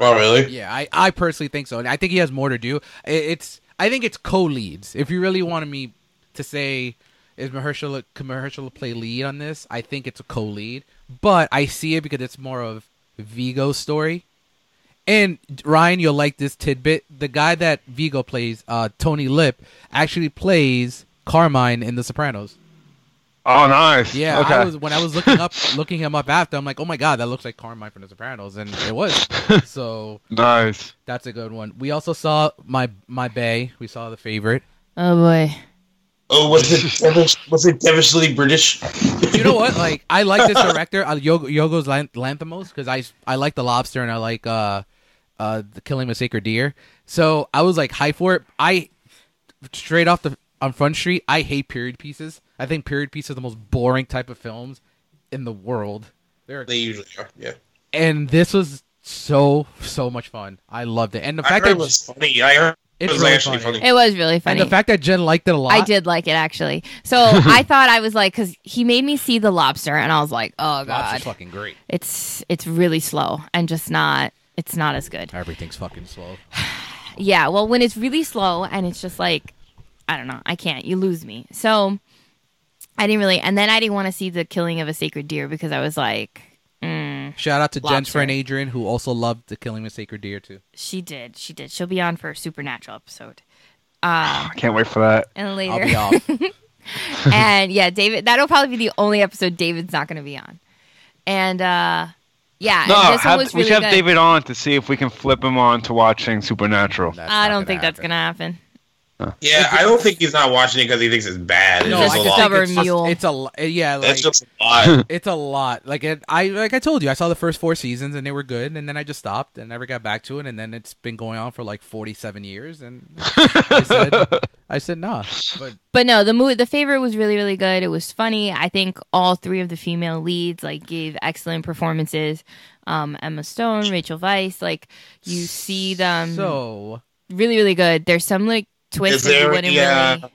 S3: Oh really?
S1: Yeah, I, I personally think so, and I think he has more to do. I- It's I think it's co-leads. If you really wanted me to say, is Mahershala can Mahershala play lead on this? I think it's a co-lead, but I see it because it's more of Vigo's story. And Ryan, you'll like this tidbit: the guy that Vigo plays, uh, Tony Lip, actually plays Carmine in The Sopranos.
S4: Oh, nice.
S1: Yeah,
S4: Okay.
S1: I was when I was looking up looking him up after, I'm like, oh my god, that looks like Carmine from The Sopranos, and it was. So.
S4: Nice.
S1: That's a good one. We also saw my my bay. We saw the favorite.
S2: Oh boy.
S3: Oh, was it devish, was it devilishly British?
S1: You know what? Like I like this director, uh, Yogo, Yorgos Lan- Lanthimos, because I I like the lobster and I like uh uh the killing of a sacred deer. So I was like hype for it. I straight off the on Front Street, I hate period pieces. I think period pieces are the most boring type of films in the world. They're
S3: They usually are. Yeah.
S1: and this was so so much fun. I loved it. And the
S3: I
S1: fact
S3: heard
S1: that
S3: it was funny. I heard
S1: It's
S3: was
S1: really
S3: actually
S1: funny.
S3: funny.
S2: It was really funny.
S1: And the fact that Jen liked it a lot.
S2: I did like it actually. So I thought I was like, because he made me see the lobster, and I was like, oh
S1: Lobster's
S2: god,
S1: fucking great.
S2: it's it's really slow and just not. It's not as good.
S1: Everything's fucking slow.
S2: Yeah. Well, when it's really slow and it's just like, I don't know, I can't. You lose me. So I didn't really. And then I didn't want to see the killing of a sacred deer because I was like, mm,
S1: Shout out to Jen's
S2: Lobster.
S1: friend Adrian, who also loved the Killing of a Sacred Deer too.
S2: she did, she did. She'll be on for a supernatural episode. Uh,
S4: I can't wait for that.
S2: and
S1: I'll
S2: later.
S1: be off.
S2: and yeah, David, that'll probably be the only episode David's not going to be on. And uh, yeah, and
S4: No,
S2: this
S4: have,
S2: one was
S4: we
S2: really
S4: should have
S2: good.
S4: David on to see if we can flip him on to watching Supernatural.
S2: I don't think that's going to happen.
S3: Yeah, I don't think he's not watching it because he thinks it's bad.
S1: No,
S3: it's
S2: Just
S3: just
S1: I
S3: a
S1: just think
S2: a stubborn
S3: lot.
S1: it's just-
S2: mule.
S1: It's a lo- yeah, like
S3: That's just a lot.
S1: it's a lot. Like it, I like I told you, I saw the first four seasons and they were good, and then I just stopped and never got back to it, and then it's been going on for like forty seven years, and I said, I said nah, but
S2: But no, the movie, the favorite was really, really good. It was funny. I think all three of the female leads like gave excellent performances. Um, Emma Stone, Rachel Weisz, like you see them
S1: so
S2: really, really good. There's some like twists
S3: Is
S2: that you
S3: there
S2: wouldn't
S3: any, uh,
S2: really.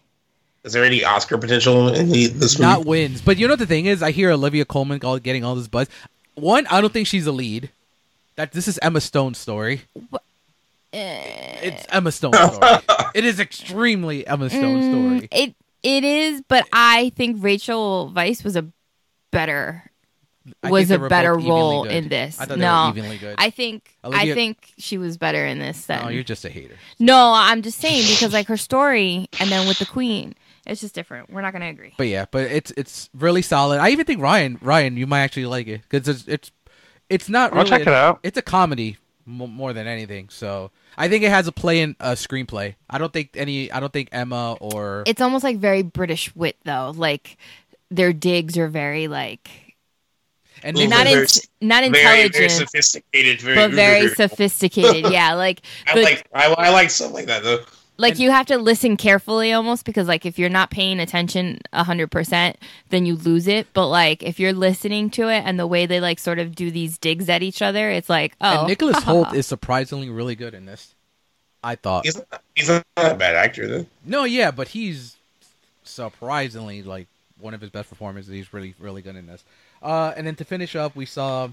S3: Is there any Oscar potential in the, this movie?
S1: not wins. But you know what the thing is, I hear Olivia Coleman all, getting all this buzz. One, I don't think she's a lead. That this is Emma Stone's story.
S2: Eh.
S1: It's Emma Stone's story. it is extremely Emma Stone's
S2: Mm,
S1: story.
S2: It it is, but I think Rachel Vice was a better
S1: I
S2: was
S1: think they
S2: a
S1: were
S2: better
S1: both evenly
S2: role
S1: good.
S2: in this.
S1: I thought
S2: No.
S1: they were evenly good.
S2: I think
S1: Olivia-
S2: I think she was better in this than
S1: oh, you're just a hater.
S2: No, I'm just saying because like her story and then with the queen, it's just different. We're not gonna agree.
S1: But yeah, but it's it's really solid. I even think Ryan Ryan, you might actually like it because it's, it's it's not.
S4: I'll
S1: Really
S4: check it out.
S1: It's a comedy m- more than anything. So I think it has a play in a screenplay. I don't think any. I don't think Emma or
S2: It's almost like very British wit though. Like their digs are very like
S1: and
S3: Ooh,
S1: they-
S2: not
S3: very-
S2: in, not
S3: very,
S2: intelligent
S3: very sophisticated, very,
S2: but very sophisticated. yeah, like
S3: I
S2: good-
S3: like I, I like stuff like that though.
S2: like
S1: And-
S2: you have to listen carefully almost because like if you're not paying attention 100% then you lose it but like if you're listening to it and the way they like sort of do these digs at each other it's like oh
S1: and Nicholas Holt is surprisingly really good in this. I thought.
S3: He's not, he's not a bad actor though.
S1: No, yeah, but he's surprisingly like one of his best performances. He's really, really good in this. Uh, and then to finish up, we saw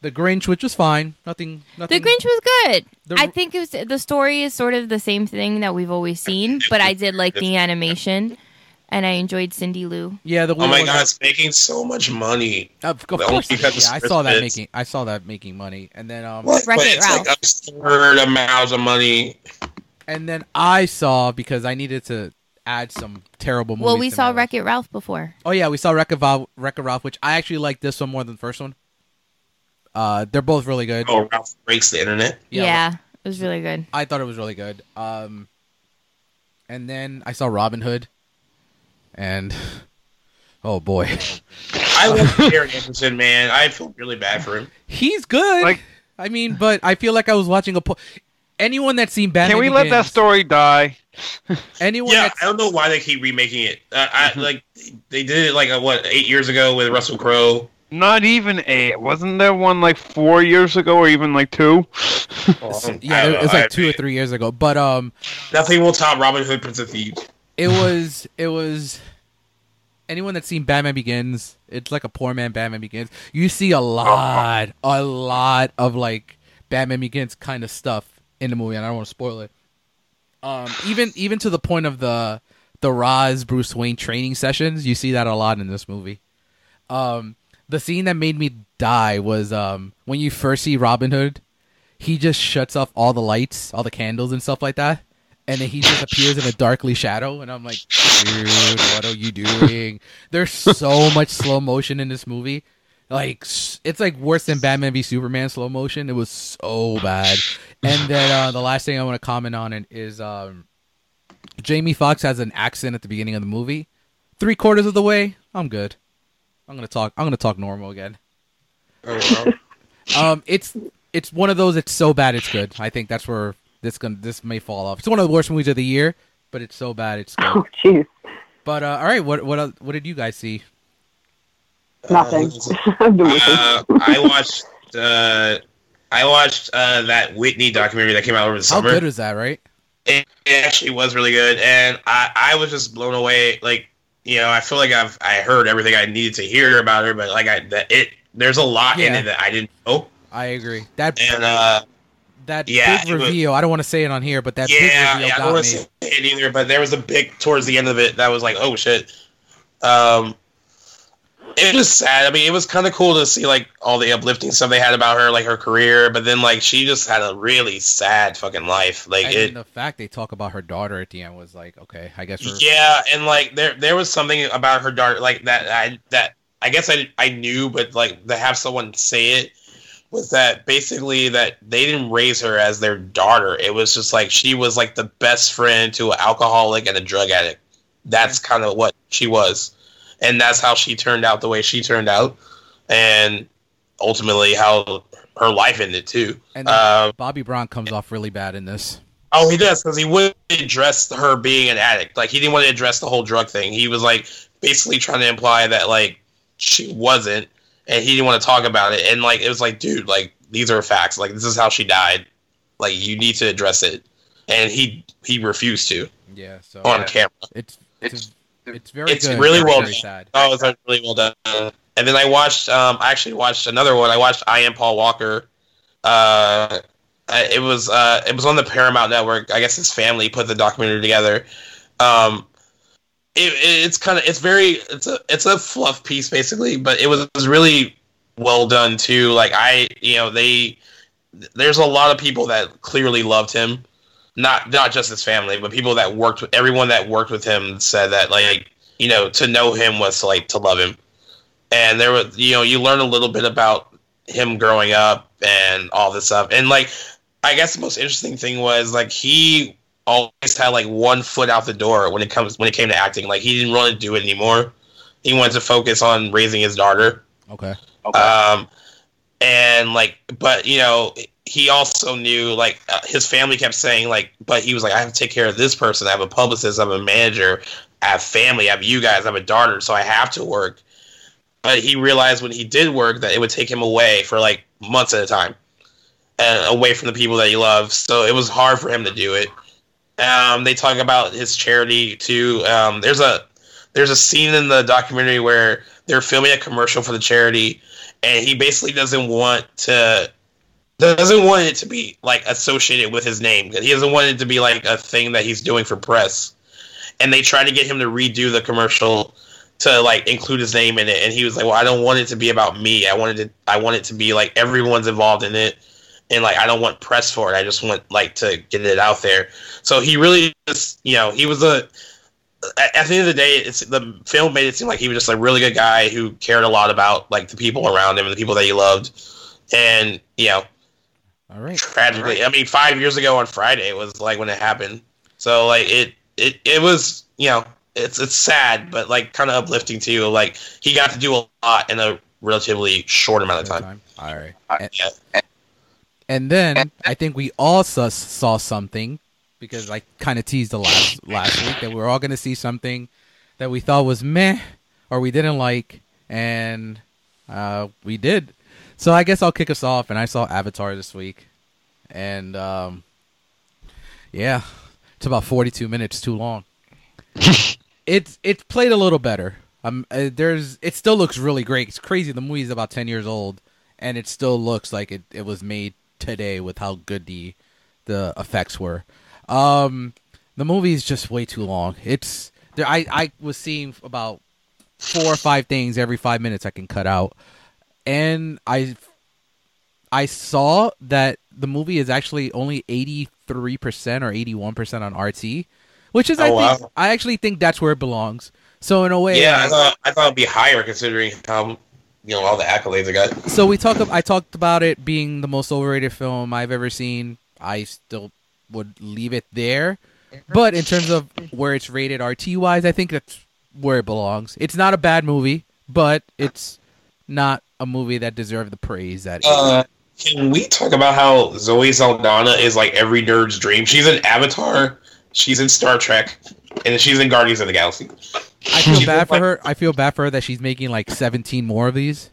S1: the Grinch, which was fine. Nothing,
S2: the
S1: nothing.
S2: grinch was good
S1: The-
S2: i think it was the story is sort of the same thing that we've always seen but i did like the animation and i enjoyed cindy lou
S1: Yeah, the
S3: oh my
S1: one-
S3: god, it's making so much money.
S1: Of, of
S3: Well,
S1: course, yeah,
S3: because it's
S1: I saw that
S3: Christmas.
S1: making. I saw that making money, and then um,
S3: Like, but
S2: Wreck-It
S3: it's like
S2: Ralph.
S3: absurd amounts of money.
S1: and then I saw because I needed to add some terrible. Movies
S2: well we
S1: to
S2: saw
S1: my list.
S2: wreck it ralph before
S1: Oh yeah, we saw Wreck-It Ralph, Wreck-It Ralph, which I actually like this one more than the first one. Uh, they're both really good.
S3: Oh, Ralph breaks the internet.
S2: yeah, it was really good
S1: I thought it was really good. Um, and then I saw Robin Hood, and oh boy,
S3: I love Darren Anderson, man. I feel really bad for him.
S1: he's good.
S4: Like-
S1: I mean, but I feel like I was watching a. Po- anyone that's seen Batman
S4: Can we let that
S1: Begins-
S4: story die?
S1: Anyone
S3: Yeah,
S1: that's
S3: I don't know why they keep remaking it. Uh, I like they did it like uh, what eight years ago with Russell Crowe.
S4: Not even eight. Wasn't there one like four years ago or even like two?
S3: Um, I
S1: yeah,
S3: don't
S1: it was
S3: know.
S1: like
S3: I-
S1: two or three years ago. But um,
S3: Nothing will top Robin Hood Prince of Thieves.
S1: it was it was anyone that's seen Batman Begins, it's like a poor man Batman Begins. You see a lot, a lot of like Batman Begins kind of stuff in the movie, and I don't want to spoil it. Um, even even to the point of the the Roz Bruce Wayne training sessions, you see that a lot in this movie. Um, the scene that made me die was um when you first see Robin Hood, he just shuts off all the lights, all the candles and stuff like that. And then he just appears in a darkly shadow, and I'm like, dude, what are you doing? There's so much slow motion in this movie. Like, s- it's like worse than Batman v Superman slow motion. It was so bad. And then uh, the last thing I want to comment on it is um, Jamie Foxx has an accent at the beginning of the movie. Three quarters of the way, I'm good. I'm gonna talk. I'm gonna talk normal again.
S3: Oh, well.
S1: Um, it's it's one of those. It's so bad, it's good. I think that's where this gonna this may fall off. It's one of the worst movies of the year, but it's so bad, it's good.
S5: Oh, jeez.
S1: But uh, all right, what what el- what did you guys see?
S5: Nothing. I've been with
S3: uh, I watched uh, I watched uh, that Whitney documentary that came out over the
S1: How
S3: summer.
S1: good was that, right?
S3: it, it actually was really good, and I, I was just blown away. Like you know, I feel like I've I heard everything I needed to hear about her, but like I that it there's a lot in
S1: Yeah.
S3: it that I didn't know,
S1: I agree. That
S3: and uh,
S1: that
S3: yeah,
S1: big
S3: it was-
S1: reveal. I don't want to say it on here, but that
S3: yeah,
S1: big reveal
S3: yeah, I don't
S1: got me.
S3: want to say it either, but there was a big towards the end of it that was like, oh shit. Um, it was sad. I mean, it was kind of cool to see like all the uplifting stuff they had about her, like her career, but then like she just had a really sad fucking life. Like
S1: and
S3: it,
S1: the fact they talk about her daughter at the end was like, okay, I guess we're
S3: Yeah, and like there there was something about her daughter like that I that I guess I I knew, but like to have someone say it was that basically that they didn't raise her as their daughter. It was just like she was like the best friend to an alcoholic and a drug addict. That's kind of what she was. And that's how she turned out the way she turned out and ultimately how her life ended too.
S1: and then
S3: Um
S1: Bobby Brown comes off really bad in this.
S3: Oh, he does because he wouldn't address her being an addict. Like he didn't want to address the whole drug thing. He was like basically trying to imply that like she wasn't, and he didn't want to talk about it. And like it was like, dude, like these are facts. Like this is how she died. Like you need to address it, and he he refused to
S1: Yeah, so
S3: on camera.
S1: it's it's it's very
S3: Oh, it's
S1: good,
S3: really
S1: very,
S3: well
S1: very
S3: done.
S1: sad.
S3: Oh, it's really well done. And then I watched. Um, I actually watched another one. I watched I Am Paul Walker. Uh, I- it was uh, it was on the Paramount Network. I guess his family put the documentary together. Um, it, it- it's kind of it's very it's a it's a fluff piece basically, but it was, it was really well done too. Like I you know they there's a lot of people that clearly loved him. Not not just his family, but people that worked with everyone that worked with him said that like you know, to know him was like to love him. And there was, you know, you learn a little bit about him growing up and all this stuff. And like, I guess the most interesting thing was like he always had like one foot out the door when it comes when it came to acting. Like he didn't want to do it anymore. He wanted to focus on raising his daughter.
S1: Okay.
S4: Uh,
S3: Um, and like, but you know, he also knew like uh, his family kept saying like, but he was like, I have to take care of this person. I have a publicist. I'm a manager. I have family. I have you guys. I have a daughter. So I have to work. But he realized when he did work that it would take him away for like months at a time, and away from the people that he loves. So it was hard for him to do it. Um, they talk about his charity too. Um, there's a there's a scene in the documentary where they're filming a commercial for the charity, and he basically doesn't want to doesn't want it to be like associated with his name. He doesn't want it to be like a thing that he's doing for press. And they tried to get him to redo the commercial to like include his name in it, and he was like, "Well, I don't want it to be about me. I wanted to I want it to be like everyone's involved in it." And like I don't want press for it. I just want like to get it out there. So he really just you know he was a at, at the end of the day, it's the film made it seem like he was just a really good guy who cared a lot about like the people around him and the people that he loved. And you know,
S1: All right.
S3: tragically, I mean, five years ago on Friday was like when it happened. So like it, it, it was you know, it's it's sad, but like kind of uplifting too. Like he got to do a lot in a relatively short amount of
S1: Good time.
S3: time.
S1: All right.
S4: Uh,
S1: And,
S3: yeah.
S1: and then I think we all saw, saw something because I kind of teased the last last week that we were all going to see something that we thought was meh or we didn't like, and uh, we did. So I guess I'll kick us off. And I saw Avatar this week, and um, yeah, it's about forty-two minutes too long. it's it's played a little better. Um, uh, there's it still looks really great. It's crazy. The movie's about ten years old, and it still looks like it, it was made today with how good the the effects were. Um, the movie is just way too long. It's there. I I was seeing about four or five things every five minutes I can cut out, and I I saw that the movie is actually only eighty three percent or eighty one percent on RT, which is I
S3: Oh,
S1: think
S3: wow.
S1: I actually think that's where it belongs. So in a way,
S3: Yeah, I thought I thought it'd be higher considering how you know all the accolades I got.
S1: so we talk. I talked about it being the most overrated film I've ever seen. I still would leave it there, but in terms of where it's rated RT wise, I think that's where it belongs. It's not a bad movie, but it's not a movie that deserved the praise that. it-
S3: Uh, can we talk about how Zoe Saldana is like every nerd's dream? She's in Avatar, she's in Star Trek, and she's in Guardians of the Galaxy.
S1: I feel
S3: she's
S1: bad for
S3: like-
S1: her. I feel bad for her that she's making like seventeen more of these.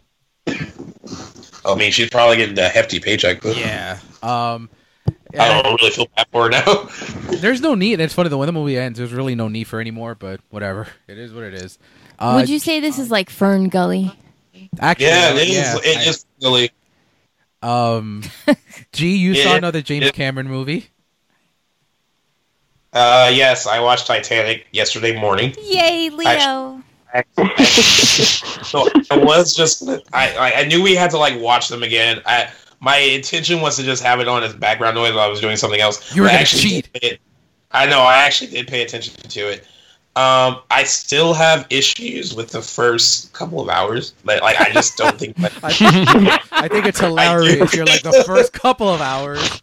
S3: I mean, she's probably getting a hefty paycheck. But
S1: Yeah. Um,
S3: I don't really feel bad for her now.
S1: There's no need. It's funny. The way the movie ends, there's really no need for anymore. But whatever. It is what it is. Uh,
S2: Would you say this is like Fern Gully?
S1: Actually,
S3: yeah, it is.
S1: yeah,
S3: It
S1: I-
S3: is really.
S1: Um, G, you saw
S3: Yeah,
S1: another James
S3: yeah.
S1: Cameron movie.
S3: Uh, yes, I watched Titanic yesterday morning.
S2: Yay, Leo!
S3: So I was just I, I I knew we had to like watch them again. I my intention was to just have it on as background noise while I was doing something else.
S1: You were
S3: But I
S1: gonna
S3: actually
S1: cheat.
S3: did pay it- I know. I actually did pay attention to it. Um, I still have issues with the first couple of hours. Like, like I just don't think. Like,
S1: I, I think it's hilarious.
S3: do.
S1: You're like the first couple of hours.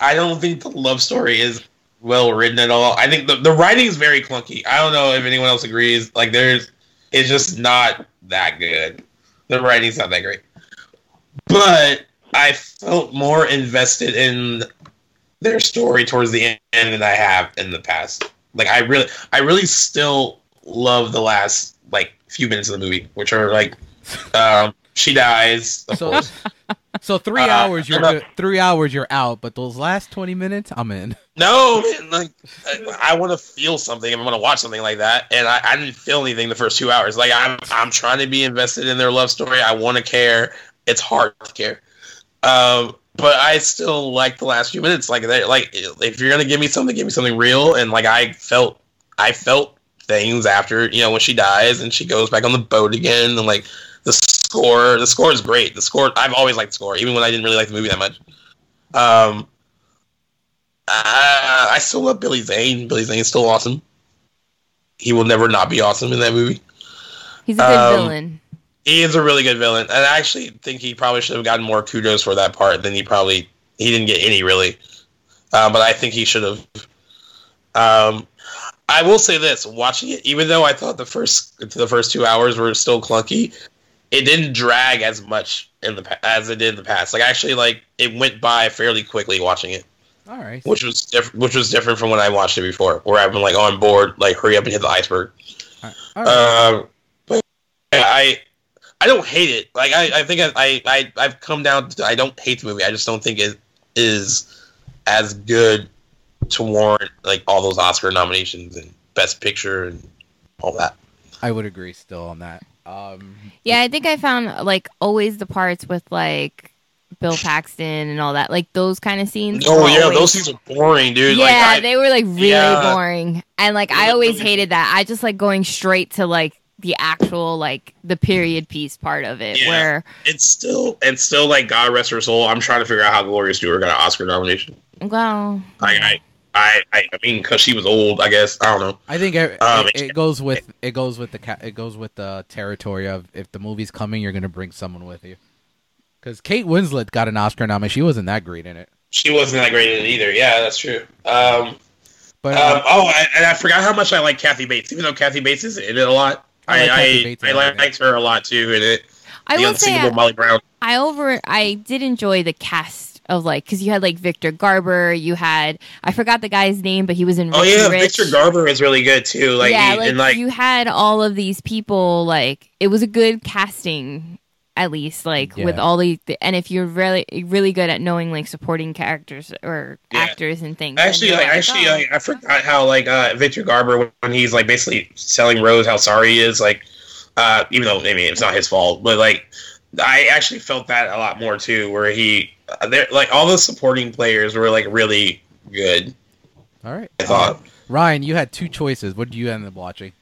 S3: I don't think the love story is well written at all. I think the, the writing is very clunky. I don't know if anyone else agrees. Like there's it's just not that good. The writing's not that great. But I felt more invested in their story towards the end than I have in the past. Like I really I really still love the last like few minutes of the movie, which are like um she dies, of
S1: So,
S3: course.
S1: so three
S3: Uh,
S1: hours. You're
S3: I'm
S1: good- three hours. You're out. But those last twenty minutes, I'm in.
S3: No, man, like I, I want to feel something. I want to watch something like that, and I, I didn't feel anything the first two hours. Like I'm, I'm trying to be invested in their love story. I want to care. It's hard to care, um, but I still like the last few minutes. Like, they- like if you're gonna give me something, give me something real. And like I felt, I felt things after you know when she dies and she goes back on the boat again, and like the score, the score is great. The score, I've always liked the score, even when I didn't really like the movie that much. Um, Uh, I, I still love Billy Zane. Billy Zane's still awesome. He will never not be awesome in that movie.
S2: He's a good
S3: Um,
S2: villain.
S3: He is a really good villain, and I actually think he probably should have gotten more kudos for that part than he probably he didn't get any really. Uh, but I think he should have. Um, I will say this: watching it, even though I thought the first the first two hours were still clunky, it didn't drag as much in the pa- as it did in the past. Like actually, like it went by fairly quickly watching it
S1: All right.
S3: which was diff- which was different from when I watched it before, where I've been like on board, like hurry up and hit the iceberg.
S1: All right.
S3: Um, but yeah, I I don't hate it. Like I, I think I, I I I've come down. To, I don't hate the movie. I just don't think it is as good to warrant like all those Oscar nominations and Best Picture and all that.
S1: I would agree still on that. Um,
S2: Yeah, I think I found like always the parts with like Bill Paxton and all that, like those kind of scenes.
S3: Oh
S2: were
S3: yeah,
S2: always-
S3: those scenes are boring, dude.
S2: yeah,
S3: like, I,
S2: they were like really
S3: Yeah.
S2: boring, and like I always hated that. I just like going straight to like the actual like the period piece part of it,
S3: Yeah.
S2: where
S3: it's still it's still like God rest her soul. I'm trying to figure out how Gloria Stewart got an Oscar nomination.
S2: well,
S3: Like I, I, I, I mean, because she was old, I guess. I don't know.
S1: I think it,
S3: Um,
S1: it, it goes with it goes with the ca- it goes with the territory of if the movie's coming, you're gonna bring someone with you. Because Kate Winslet got an Oscar nomination. She wasn't that great in it.
S3: She wasn't that great in it either. Yeah, that's true. Um,
S1: But
S3: um,
S1: uh,
S3: oh, and, and I forgot how much I like Kathy Bates, even though Kathy Bates is in it a lot.
S1: I
S3: I
S1: like
S3: I,
S1: Kathy Bates
S3: I,
S1: in it.
S3: liked her a lot too in it.
S2: I
S3: the
S2: will say uh,
S3: unsinkable
S2: I,
S3: Molly Brown.
S2: I over I did enjoy the cast of like because you had like Victor Garber, you had I forgot the guy's name, but he was in
S3: Oh
S2: Rich and
S3: yeah,
S2: Rich.
S3: Victor Garber is really good too. Like,
S2: yeah,
S3: he-
S2: like,
S3: and like
S2: you had all of these people. Like it was a good casting, at least like with
S1: Yeah.
S2: all the, the- and if you're really really good at knowing like supporting characters or
S3: Yeah.
S2: actors and things. then
S3: Actually,
S2: you're
S3: like, actually,
S2: oh.
S3: like, I forgot how like uh, Victor Garber when he's like basically telling Rose how sorry he is, like uh, even though I mean it's not his fault, but like I actually felt that a lot more too, where he uh, there like all the supporting players were like really good.
S1: all right,
S3: I thought
S1: Ryan, you had two choices. What did you end up watching?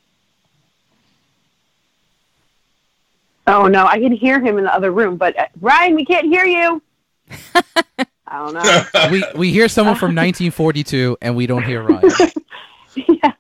S5: Oh no, I can hear him in the other room, but uh, Ryan, we can't hear you. I don't know.
S1: We we hear someone from 1942 and we don't hear Ryan.
S5: yeah.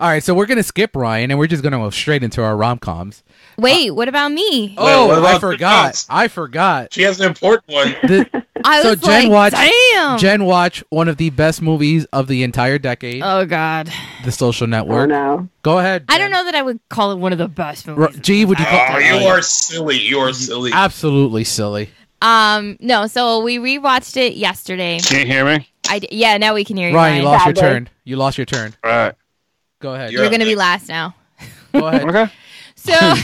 S1: All right, so we're gonna skip Ryan and we're just gonna go straight into our rom coms.
S2: wait, what about me?
S3: Wait, what
S1: Oh, I
S3: about
S1: forgot.
S3: rom-coms?
S1: I forgot.
S3: she has an important one.
S1: The,
S2: I
S1: so
S2: was
S1: Jen
S2: like,
S1: watched-
S2: damn.
S1: Jen watch one of the best movies of the entire decade,
S2: oh God,
S1: The Social
S5: Oh
S1: Network.
S5: no.
S1: Go ahead.
S2: I
S1: Jen.
S2: don't know that I would call it one of the best movies.
S1: Ro- G, would you call
S3: Oh, you are silly. You
S2: Mm-hmm.
S3: are silly.
S1: absolutely silly?
S2: Um, no. So we rewatched it yesterday.
S4: Can't hear me?
S2: I d- yeah. Now we can hear you.
S1: Ryan, you lost your
S5: Sadly.
S1: turn. You lost your turn.
S4: All right.
S1: Go ahead.
S3: You're-
S2: You're gonna be last now.
S1: Go ahead.
S4: Okay.
S2: So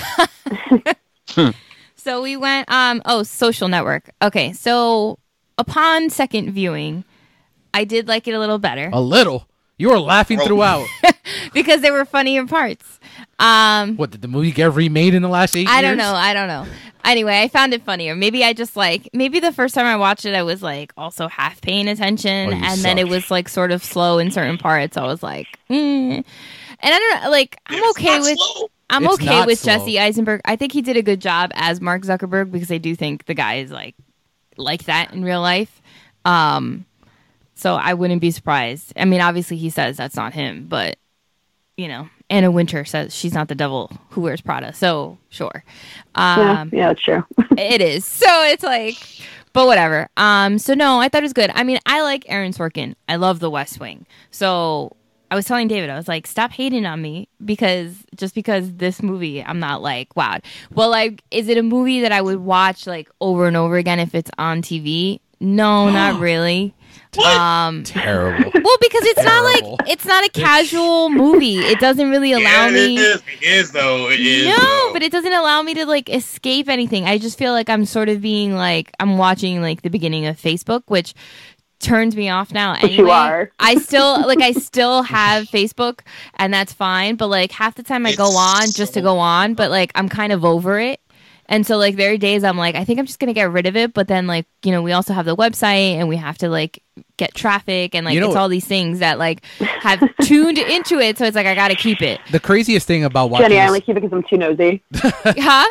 S1: Hmm.
S2: So we went um oh social network. Okay. So upon second viewing, I did like it a little better
S1: A little. You were laughing
S3: Bro.
S1: throughout.
S2: because there were funnier parts. Um,
S1: what did the movie get remade in the last eight?
S2: I don't
S1: years?
S2: know. I don't know. Anyway, I found it funnier. Maybe I just like maybe the first time I watched it, I was like also half paying attention,
S1: Oh, you
S2: and then it
S1: suck.
S2: was like sort of slow in certain parts. I was like, mm. and I don't know. Like I'm
S3: It's
S2: okay
S3: not
S2: with
S3: slow.
S2: I'm
S1: It's
S2: okay
S1: not
S2: with
S1: slow.
S2: Jesse Eisenberg. I think he did a good job as Mark Zuckerberg because I do think the guy is like like that in real life. Um, so I wouldn't be surprised. I mean, obviously he says that's not him, but you know, Anna Winter says she's not the devil who wears Prada. So sure,
S5: Yeah,
S2: um,
S5: yeah, that's true.
S2: it is. So it's like, but whatever. Um, so no, I thought it was good. I mean, I like Aaron Sorkin. I love The West Wing. So I was telling David, I was like, stop hating on me because just because this movie, I'm not like wow. Well, like, is it a movie that I would watch like over and over again if it's on TV? No, not really. Um,
S1: Terrible.
S2: well, because it's not
S1: Terrible.
S2: like it's not a casual movie. It doesn't really allow
S3: yeah,
S2: me.
S3: It is, it is though. It is.
S2: No,
S3: though.
S2: but it doesn't allow me to like escape anything. I just feel like I'm sort of being like I'm watching like the beginning of Facebook, which turns me off now.
S5: But
S2: Anyway,
S5: you are.
S2: I still like I still have Facebook, and that's fine. But like half the time I go
S3: It's
S2: on just to
S3: so-
S2: go on, but like I'm kind of over it. And so like there are days I'm like I think I'm just gonna get rid of it. But then like you know we also have the website and we have to like get traffic and like
S1: You know
S2: it's
S1: what-
S2: all these things that like have tuned into it. So it's like I gotta keep it,
S1: the craziest thing about watching
S5: Jenny, I
S1: this-
S5: only keep it because I'm too nosy.
S2: huh?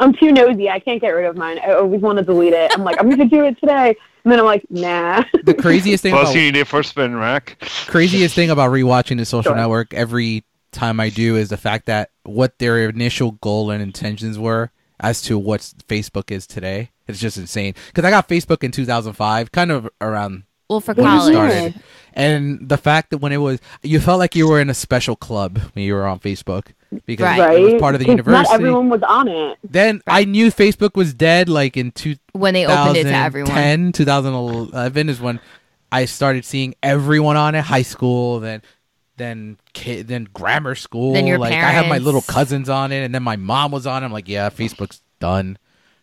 S5: I'm too nosy. I can't get rid of mine. I always want to delete it. I'm like, I'm going to do it today. And then I'm like, nah.
S1: the craziest thing
S4: Plus,
S1: about
S4: you need it for spin rack.
S1: craziest thing about rewatching the social
S5: Sure.
S1: network every time I do is the fact that what their initial goal and intentions were as to what Facebook is today. It's just insane. Because I got Facebook in 2005, kind of around
S2: Well, for
S1: when
S5: Wow.
S1: it
S2: college.
S1: started. And the fact that when it was, you felt like you were in a special club when you were on Facebook because
S2: Right.
S5: Right?
S1: it was part of the
S5: 'Cause
S1: university.
S5: Not everyone was on it.
S1: then I knew Facebook was dead like in two,
S2: when they opened it to everyone.
S1: 2010, 2011 is when I started seeing everyone on it. High school, then then kid, then grammar school.
S2: Then your
S1: like I had my little
S2: parents.
S1: cousins on it, and then my mom was on. it. I'm like, yeah, Facebook's done.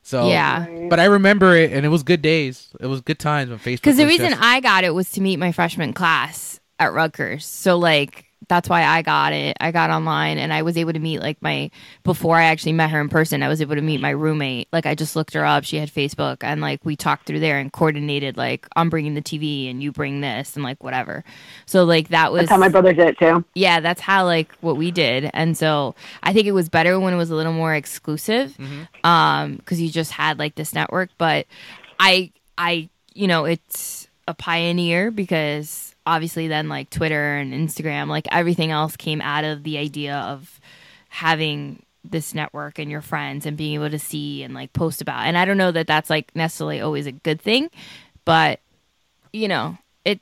S1: So
S2: Yeah.
S5: Right.
S1: but I remember it, and it was good days. It was good times when Facebook.
S2: Because the
S1: was
S2: reason
S1: just-
S2: I got it was to meet my freshman class at Rutgers. So, like, that's why I got it. I got online and I was able to meet, like, my, before I actually met her in person, I was able to meet my roommate. Like, I just looked her up. She had Facebook and, like, we talked through there and coordinated, like, I'm bringing the TV and you bring this and, like, whatever. So, like, that was.
S5: That's how my brother did it too.
S2: yeah, that's how like what we did, and so I think it was better when it was a little more exclusive, um, 'cause because you just had like this network. But I, I, you know, it's a pioneer because obviously then like Twitter and Instagram, like everything else came out of the idea of having this network and your friends and being able to see and like post about. And I don't know that that's like necessarily always a good thing, but you know, it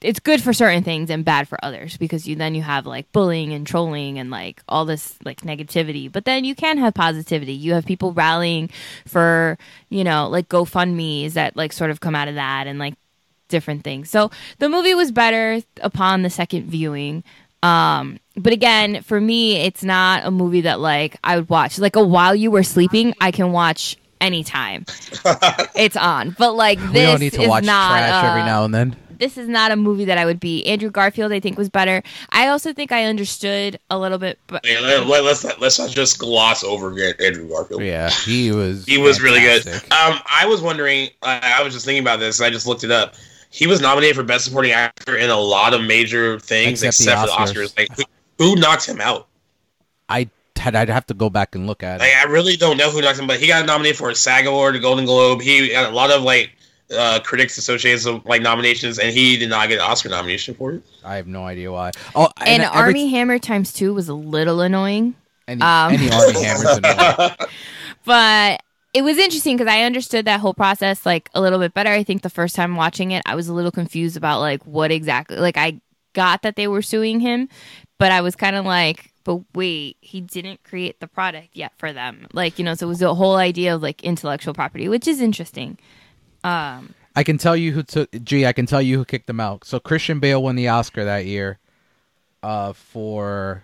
S2: it's good for certain things and bad for others because you then you have like bullying and trolling and like all this like negativity but then you can have positivity you have people rallying for you know like gofundme's that like sort of come out of that and like different things so the movie was better upon the second viewing um but again for me it's not a movie that like i would watch like a while you were sleeping i can watch anytime it's on but like this
S1: we don't need to
S2: is
S1: watch
S2: not
S1: trash every
S2: uh,
S1: now and then.
S2: this is not a movie that I would be. Andrew Garfield, I think, was better. I also think I understood a little bit, but
S3: Yeah, let, let, let's not, let's not just gloss over Gar- Andrew Garfield.
S1: Yeah, he was.
S3: He was really good.
S1: fantastic.
S3: Um, I was wondering. I I was just thinking about this. I just looked it up. He was nominated for Best Supporting Actor in a lot of major things,
S1: Except
S3: except,
S1: the
S3: for the Oscars. Like, who, who knocked him out?
S1: I had, I'd have to go back and look at
S3: Like,
S1: it.
S3: I really don't know who knocked him, but he got nominated for a SAG Award, a Golden Globe. He got a lot of like uh, critics associations of like nominations, and he did not get an Oscar nomination for it.
S1: I have no idea why. Oh,
S2: and,
S1: every-
S2: Army Hammer times two was a little annoying,
S1: any,
S2: um,
S1: any Army Hammer's annoying.
S2: but it was interesting because I understood that whole process like a little bit better. I think the first time watching it, I was a little confused about like what exactly. Like I got that they were suing him, but I was kind of like, but wait, he didn't create the product yet for them. Like you know, so it was the whole idea of like intellectual property, which is interesting. Um,
S1: I can tell you who took. Gee, I can tell you who kicked them out. So Christian Bale won the Oscar that year, uh, for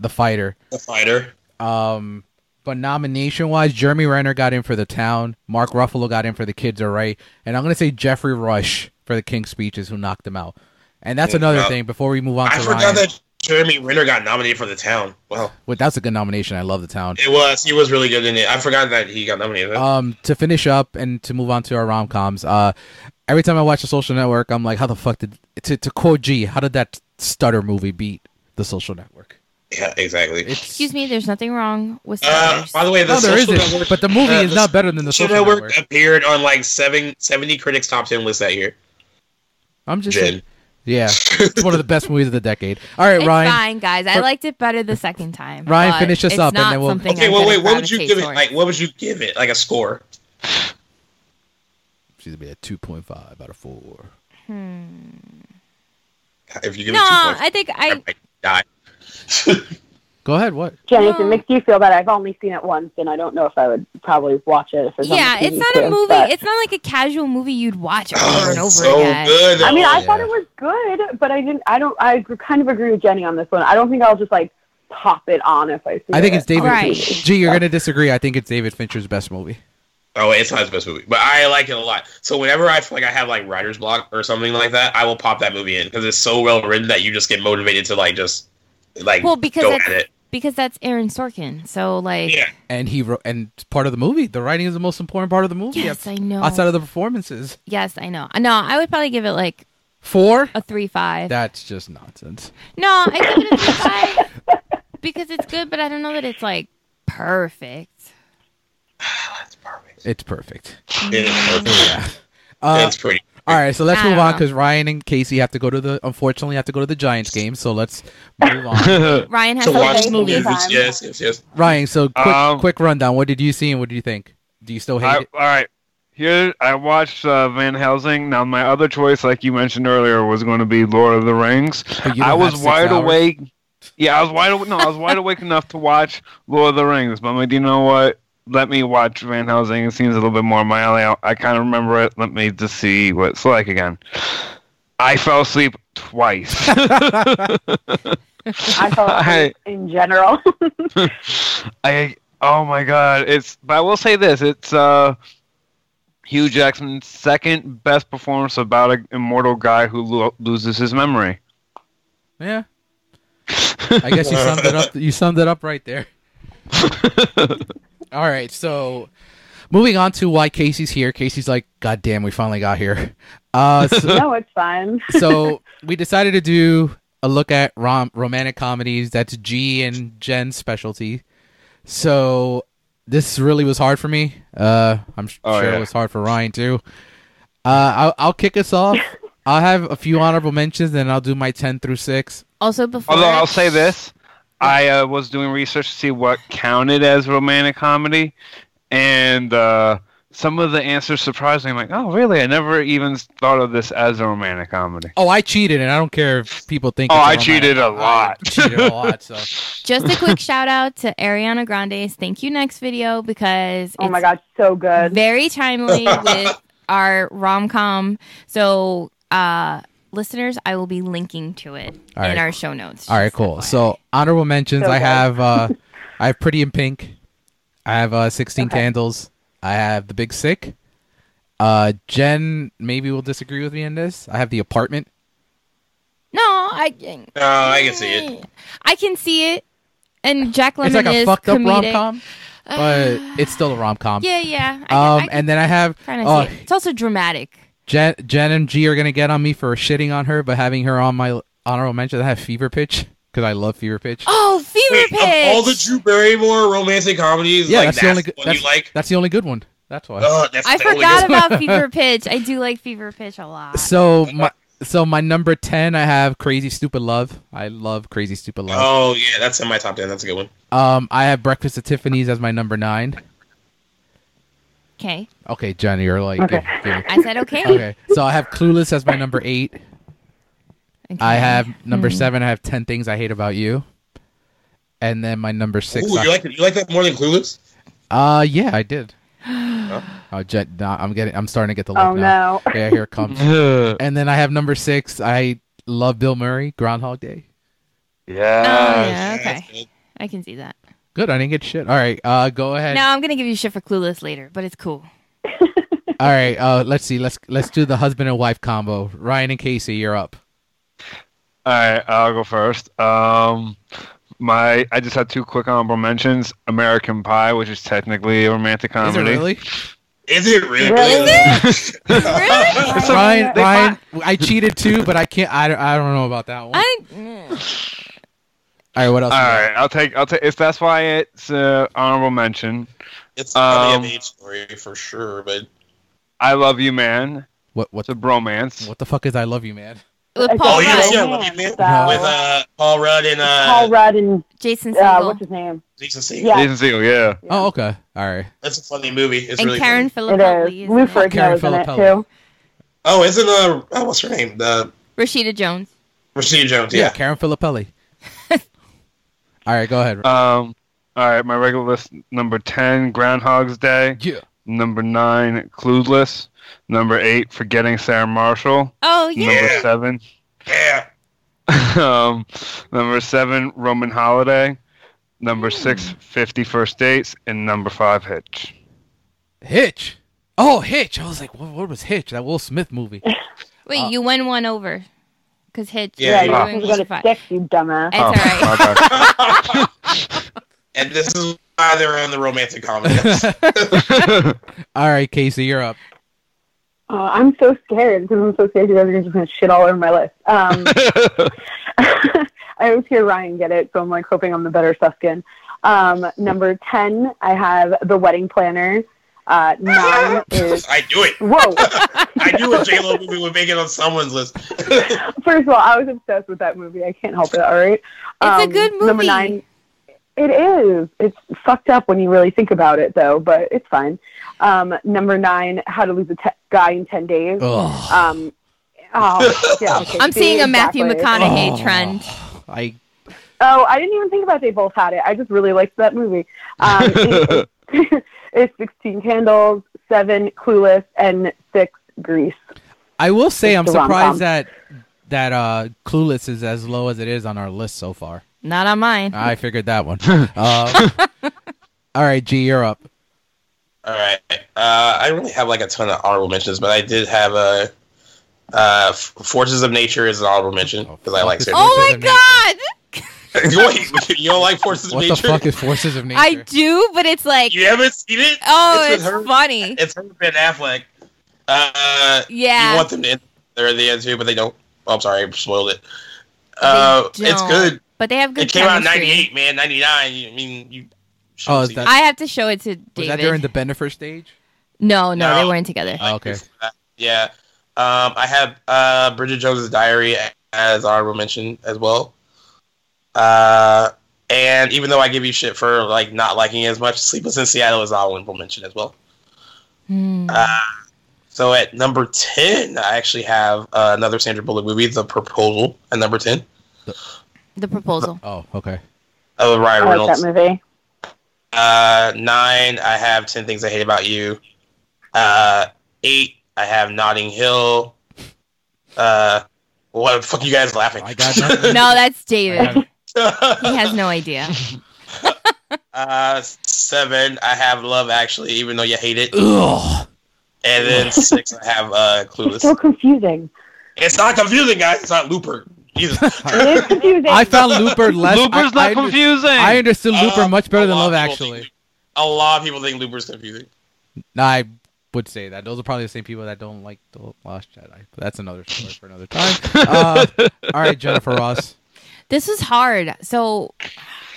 S1: The Fighter.
S3: the fighter.
S1: Um, But nomination wise, Jeremy Renner got in for the town. Mark Ruffalo got in for the kids are right. And I'm gonna say Jeffrey Rush for the King's speeches who knocked him out. And that's
S3: Yeah,
S1: another
S3: uh,
S1: thing before we move on
S3: I
S1: to
S3: forgot
S1: Ryan.
S3: that Jeremy Renner got nominated for the town. Wow,
S1: Well, that's a good nomination. I love the town.
S3: it was he was really good in it. I forgot that he got nominated.
S1: Um, to finish up and to move on to our rom coms. Uh, every time I watch the Social Network, I'm like, how the fuck did to to quote G? How did that stutter movie beat the Social Network?
S3: yeah, exactly.
S1: It's,
S2: Excuse me, there's nothing wrong with
S3: Uh,
S2: stars.
S3: by the way, the
S1: no, there
S3: social
S1: isn't.
S3: network,
S1: But the movie
S3: uh,
S1: is not better than the Social Network.
S3: network, appeared on like seven, 70 critics top ten list that year.
S1: I'm just
S3: Jen.
S1: yeah, it's one of the best movies of the decade. All right,
S2: it's
S1: Ryan.
S2: fine, guys. I
S1: for-
S2: liked it better the second time.
S1: Ryan,
S2: but
S1: finish us
S2: it's
S1: up and
S2: not
S1: then we'll-
S2: something
S3: Okay,
S2: I'm
S3: well,
S2: gonna
S3: wait, what would you
S2: gravitate
S3: give it?
S2: towards.
S3: Like, what would you give it? Like a score?
S1: She's gonna be at two point five out of four.
S3: If you give
S2: no,
S3: it two points,
S2: I think I.
S3: I die.
S1: Go ahead. What?
S5: Jenny, if
S2: No.
S5: it makes you feel bad, I've only seen it once, and I don't know if I would probably watch it. If it's on
S2: Yeah,
S5: the
S2: it's
S5: TV
S2: not a
S5: soon,
S2: movie.
S5: but-
S2: It's not like a casual movie you'd watch over
S3: Oh,
S2: and over
S3: it's so
S2: again.
S3: good.
S5: I mean, I
S1: yeah.
S5: thought it was good, but I didn't. I don't. I gr- kind of agree with Jenny on this one. I don't think I'll just like pop it on if I see
S1: I think
S5: it.
S1: it's David.
S2: Right.
S1: G, you're gonna disagree. I think it's David Fincher's best movie.
S3: Oh, it's not his best movie, but I like it a lot. So whenever I feel like I have like writer's block or something like that, I will pop that movie in because it's so well written that you just get motivated to like just like
S2: Well, because
S3: go
S2: it's-
S3: at it.
S2: Because that's Aaron Sorkin. So like,
S3: Yeah,
S1: And he wrote, and it's part of the movie. The writing is the most important part of the movie.
S2: yes, I know.
S1: Outside of the performances,
S2: yes, I know. No, I would probably give it like
S1: four.
S2: a three five.
S1: That's just nonsense.
S2: No, I give it a three five because it's good, but I don't know that it's like perfect.
S3: that's perfect.
S1: It's perfect.
S3: It's perfect.
S1: Yeah. Uh,
S3: it's pretty.
S1: all right, so let's
S2: I
S1: move
S2: don't
S1: on
S2: know.
S1: because Ryan and Casey have to go to the. Unfortunately, have to go to the Giants game. So let's move on.
S2: Ryan has
S3: To
S2: to
S3: watch
S5: okay,
S3: the movies,
S5: anytime.
S3: yes, yes, yes.
S1: Ryan, so quick,
S4: Um,
S1: quick rundown. What did you see and what do you think? Do you still hate
S4: I, all
S1: it?
S4: right. Here I watched uh, Van Helsing. Now my other choice, like you mentioned earlier, was going to be Lord of the Rings.
S1: But you don't
S4: I
S1: have
S4: was
S1: six
S4: wide
S1: hours?
S4: awake. Yeah, I was wide awake. No, I was wide awake enough to watch Lord of the Rings. But I'm like, you know what? Let me watch Van Helsing. It seems a little bit more in my alley. I, I kind of remember it. Let me just see what it's like again. I fell asleep twice.
S5: I thought
S4: I-
S5: in general.
S4: I oh my god, it's but I will say this, it's uh Hugh Jackson's second best performance about an immortal guy who lo- loses his memory.
S1: Yeah. I guess you summed it up. You summed it up right there. All right, so moving on to why Casey's here. Casey's like, God damn, we finally got here. Uh, so,
S5: no, it's fine.
S1: so we decided to do a look at rom- romantic comedies. That's G and Jen's specialty. So this really was hard for me. Uh, I'm sh-
S4: Oh,
S1: sure
S4: yeah.
S1: it was hard for Ryan too. Uh, I'll, I'll kick us off. I'll have a few honorable mentions, then I'll do my ten through six.
S2: Also, before
S4: Although I'll say this, I uh, was doing research to see what counted as romantic comedy, and uh, some of the answers surprised me. I'm like, oh really? I never even thought of this as a romantic comedy.
S1: Oh, I cheated, and I don't care if people think.
S4: Oh,
S1: it's a
S4: I
S1: romantic-
S4: cheated a lot.
S1: I cheated a lot. So
S2: just a quick shout out to Ariana Grande's "Thank You" next video because
S5: Oh
S2: it's
S5: my god, so good.
S2: very timely with our rom com. So, uh, listeners, I will be linking to it
S1: All right.
S2: in our show notes.
S1: all right,
S2: just
S1: cool.
S2: FYI.
S1: So honorable mentions.
S5: So
S1: I
S5: good.
S1: have uh, I have Pretty in Pink. I have uh, Sixteen
S5: Okay.
S1: Candles. I have The Big Sick. Uh, Jen maybe will disagree with me in this. I have The Apartment.
S2: no, I can.
S3: No, Ah, I can see it.
S2: I can see it. And Jack Lemmon
S1: it's like a
S2: is
S1: fucked up rom
S2: comedic. Uh,
S1: com, but it's still a rom com.
S2: Yeah, yeah. I,
S1: Um,
S2: can- I
S1: and then I have
S2: kind of
S1: uh,
S2: see it. It's also dramatic.
S1: Jen, Jen and G are gonna get on me for shitting on her, but having her on my honorable mention, I have Fever Pitch because I love Fever Pitch.
S2: Oh, fever
S3: Wait,
S2: pitch.
S3: of all the Drew Barrymore romantic comedies,
S1: yeah,
S3: like,
S1: that's,
S3: that's,
S1: the only good.
S3: one
S1: That's,
S3: you like. Oh,
S1: that's the only good one. That's why.
S3: Ugh, that's
S2: I
S3: the only
S2: forgot
S3: good one.
S2: about fever pitch. I do like fever pitch a lot.
S1: So my so my number ten, I have Crazy Stupid Love. I love Crazy Stupid Love.
S3: Oh yeah, that's in my top ten. That's a good one.
S1: Um, I have Breakfast at Tiffany's as my number nine.
S2: okay,
S1: Okay, Jenny, you're like
S5: Okay.
S1: give- give-
S2: I said okay.
S1: okay. So I have Clueless as my number eight. I
S2: Okay.
S1: have number
S2: Hmm.
S1: seven. I have Ten Things I Hate About You. And then my number six.
S3: Ooh,
S1: I-
S3: you like you like that more than Clueless?
S1: uh, yeah, I did. Oh, Jen, nah, I'm getting. I'm starting to get the look
S5: Oh
S1: now.
S5: no.
S1: Yeah, here it comes. and then I have number six. I love Bill Murray. Groundhog Day.
S2: Oh
S4: yeah.
S2: yeah,
S3: that's
S2: okay.
S3: good.
S2: I can see that.
S1: Good. I didn't get shit. All right. Uh, go ahead.
S2: Now I'm gonna give you shit for Clueless later, but it's cool.
S1: All right. Uh, let's see. Let's let's do the husband and wife combo. Ryan and Casey, you're up.
S4: All right, I'll go first. Um, my I just had two quick honorable mentions: American Pie, which is technically a romantic
S1: Is it
S4: comedy.
S1: really?
S3: Is it really?
S5: Really?
S2: really?
S4: It's a-
S1: Ryan,
S4: they
S1: Ryan, I cheated too, but I can't. I, don't- I don't know about that one.
S2: I mm.
S1: All right. What
S4: All
S1: else? you got?
S4: right, I'll take. I'll take. If that's why it's uh, honorable mention,
S3: It's probably
S4: Um,
S3: an age story for sure, but
S4: I love you, man.
S1: What what
S4: It's a bromance.
S1: what the fuck is I love you, man?
S2: with
S5: I
S2: Paul
S3: oh, you
S5: yeah,
S3: don't
S2: Rudd,
S3: see I
S5: yeah,
S3: love you, man with
S2: Oh.
S5: so-
S3: uh, Paul Rudd and
S5: Paul
S3: uh,
S5: Rudd and
S2: Jason
S5: uh,
S2: Segel,
S5: what's his name?
S3: Jason Segel.
S5: Yeah.
S4: Jason Segel, yeah.
S5: Yeah.
S1: Oh, okay. All right.
S3: That's a funny movie. It's
S2: and
S3: really
S2: Karen
S3: funny.
S5: It
S2: Filippelli.
S5: is.
S2: isn't
S5: Lou
S2: it?
S5: Ferrigno
S1: Karen
S5: was in it
S1: Filippelli.
S5: too.
S3: Oh, isn't uh, oh, what's her name? The
S2: Rashida Jones.
S3: Rashida Jones.
S1: Yeah,
S3: Yeah.
S1: Karen Filippelli. All right, go ahead.
S4: Um, all right, my regular list number ten: Groundhog's Day.
S1: yeah.
S4: Number nine: Clueless. Number eight: Forgetting Sarah Marshall.
S2: Oh yeah.
S4: Number seven.
S3: Yeah.
S4: um, number seven, Roman Holiday. Number
S1: Hmm.
S4: six, 50 First Dates. And number five, Hitch.
S1: Hitch. Oh, Hitch. I was like, what, what was Hitch? That Will Smith movie.
S2: Wait,
S1: Uh,
S2: you won one over, cause Hitch.
S3: Yeah,
S5: you
S2: you
S4: yeah.
S5: are
S2: won one
S5: going
S2: for
S5: to
S2: five.
S5: stick, you dumbass.
S2: It's all right.
S4: Oh, my bad.
S3: And this is why they're on the romantic comedies.
S1: All right, Casey, you're up.
S5: Oh, I'm so scared because I'm so scared you guys are just going to shit all over my list. Um, I always hear Ryan get it, so I'm like hoping I'm the better Suskin. Um, number 10, I have The Wedding Planner. Uh, nine is.
S3: I do it.
S5: Whoa!
S3: I knew a J Lo movie would make it on someone's list.
S5: First of all, I was obsessed with that movie. I can't help it. All right, Um,
S2: It's a good
S5: Number
S2: movie.
S5: nine, it is. It's fucked up when you really think about it, though. But it's fine. Um, number nine, How to Lose a Te- Guy in Ten Days.
S1: Ugh.
S5: Um, oh, yeah, okay,
S2: I'm
S5: see,
S2: seeing a Matthew
S5: exactly.
S2: McConaughey
S1: Oh.
S2: trend.
S1: I
S5: Oh, I didn't even think about they both had it. I just really liked that movie. Um, it- it's Sixteen Candles, Seven Clueless, and Six Grease.
S1: I will say
S5: It's
S1: I'm
S5: the rom-com.
S1: surprised that that uh Clueless is as low as it is on our list so far.
S2: Not on mine.
S1: I figured that one. Uh, all right, G, you're up.
S3: All right. Uh, I don't really have like a ton of honorable mentions, but I did have a uh, F- Forces of Nature is an honorable mention because I like. Sarah.
S2: oh
S1: Forces
S2: my
S1: of
S2: god,
S3: Wait, you don't like Forces of
S1: What the
S3: Nature?
S1: fuck is Forces of Nature?
S2: I do, but it's like,
S3: You haven't seen it?
S2: oh,
S3: with
S2: it's,
S3: her.
S2: funny.
S3: It's her and Ben Affleck. Uh,
S2: yeah,
S3: You want them to end there at the end too, but they don't. Oh, I'm sorry, I spoiled it. Uh,
S2: They
S3: it's
S2: don't.
S3: good.
S2: but they have good.
S3: It came out in
S2: chemistry.
S3: '98, man. '99. I mean, you. should
S1: Oh,
S3: have
S1: is
S3: seen
S1: that-
S3: it.
S2: I have to show it to
S1: Was
S2: David.
S1: that during the Benefer stage?
S2: no, no,
S3: No.
S2: they weren't together.
S1: Oh, okay.
S3: Yeah. Um, I have uh, Bridget Jones's Diary as honorable mention as well. Uh, and even though I give you shit for like not liking it as much, Sleepless in Seattle is honorable mention as well.
S2: Hmm.
S3: Uh, so at number ten, I actually have uh, another Sandra Bullock movie, The Proposal, at number ten
S2: the proposal.
S1: Oh, okay.
S3: of Ryan
S5: I like
S3: Reynolds.
S5: that movie.
S3: Uh, nine, I have Ten Things I Hate About You. Uh, eight, I have Notting Hill. Uh, what the fuck you guys laughing?
S1: I got nothing.
S2: no, that's
S1: I
S2: David.
S1: got-
S2: he has no idea.
S3: uh, seven, I have Love Actually, even though you hate it.
S1: Ugh.
S3: And then six, I have uh,
S5: It's so
S3: Clueless.
S5: confusing.
S3: It's not confusing, guys. It's not Looper. Jesus.
S5: It is confusing.
S1: I found Looper less.
S4: Looper's
S1: I,
S4: not
S1: I,
S4: confusing.
S1: I understood Looper
S3: Um,
S1: much better
S3: a
S1: than Love
S3: lot of people
S1: Actually.
S3: think- A lot of people think Looper's confusing.
S1: No, I would say that. Those are probably the same people that don't like the Last Jedi. But that's another story for another time. Uh, all right, Jennifer Ross.
S2: This was hard. So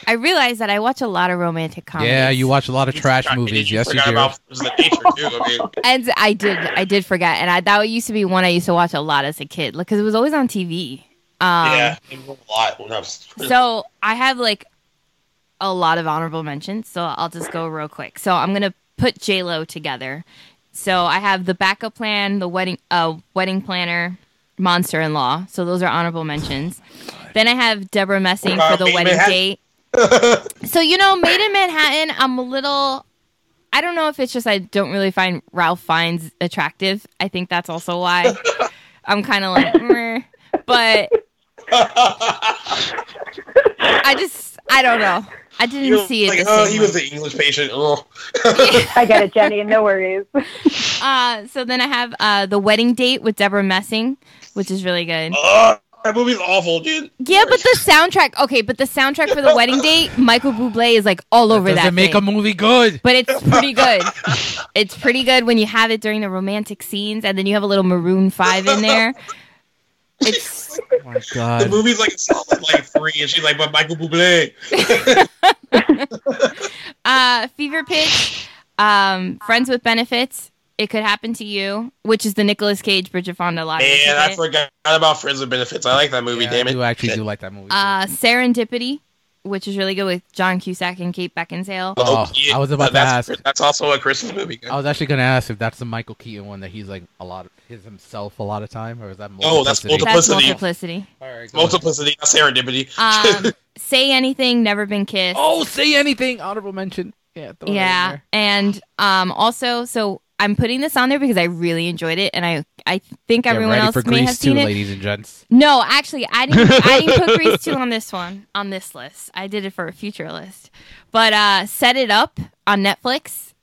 S2: I realized that I watch a lot of romantic comedies.
S1: Yeah, you watch a lot of trash
S3: forgot-
S1: movies. Yes, you
S3: forgot
S1: do.
S3: about Forces of Nature, too. I mean,
S2: And I did, I did forget, and I that used to be one I used to watch a lot as a kid, because it was always on TV. Um,
S3: yeah, it was a lot when I was.
S2: So I have like a lot of honorable mentions, so I'll just go real quick. So I'm gonna put J Lo together. So I have the backup plan, the wedding, uh, wedding planner, monster in law. So those are honorable mentions. then I have Deborah Messing
S3: What
S2: for the
S3: about Made in
S2: wedding
S3: Manhattan?
S2: date. so you know, Made in Manhattan, I'm a little. I don't know if it's just I don't really find Ralph Fiennes attractive. I think that's also why I'm kind of like, meh. but I just I don't know. I didn't
S3: You're
S2: see it.
S3: Like,
S2: the
S3: oh,
S2: same
S3: he
S2: way.
S3: was the English patient. Oh,
S5: I get it, Jenny. No worries.
S2: Uh, so then I have uh, the wedding date with Deborah Messing, which is really good.
S3: oh that movie's awful, dude.
S2: Yeah, but the soundtrack. Okay, but the soundtrack for the wedding date, Michael Bublé is like all over
S1: Doesn't
S2: that.
S1: make
S2: thing.
S1: a movie good.
S2: but it's pretty good. it's pretty good when you have it during the romantic scenes, and then you have a little Maroon Five in there. It's
S1: Oh my
S3: The
S1: god.
S3: movie's like solid like three, and she's like, but Michael Bublé.
S2: uh, Fever Pitch, um, Friends with Benefits. It could happen to you, which is the Nicolas Cage, Bridget Fonda lobby.
S3: Man, I forgot about Friends with Benefits. I like that movie.
S1: Yeah,
S3: damn
S1: I
S3: it.
S1: do actually
S3: Shit.
S1: do like that movie.
S2: uh, Serendipity, which is really good with John Cusack and Kate Beckinsale.
S1: Oh, I was about to
S3: that's,
S1: ask. Oh,
S3: That's also a Christmas movie.
S1: I was actually gonna ask if that's the Michael Keaton one that he's like a lot of his himself a lot of time, or is that
S3: No, Oh, that's
S1: Multiplicity?
S3: Multiplicity.
S2: That's multiplicity.
S1: All right, go ahead.
S3: Multiplicity, not serendipity.
S2: Um, say anything, never been kissed.
S1: Oh, say anything. Honorable mention. Yeah. Throw That in
S2: yeah
S1: there.
S2: and um also so i'm putting this on there because i really enjoyed it and i i think
S1: Get
S2: everyone
S1: ready
S2: else
S1: for
S2: may
S1: Grease
S2: have seen
S1: too,
S2: it
S1: ladies and gents.
S2: no actually i didn't i didn't put grease 2 on this one on this list i did it for a future list but uh set it up on netflix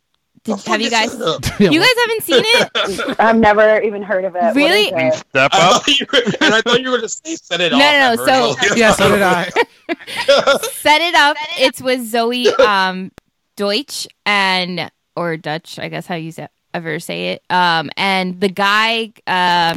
S2: did, have you guys
S3: I
S2: you guys haven't seen it
S5: I've never even heard of it. What is
S2: Really?
S4: I mean,
S5: it?
S4: step up.
S3: thought you were, and I thought you were going to say set it
S2: No,
S3: off.
S2: no,
S3: Amber.
S2: so-
S3: Oh,
S1: yeah, so did I.
S2: set it up it's with zoe um deutsch and or dutch i guess how you say ever say it um and the guy uh,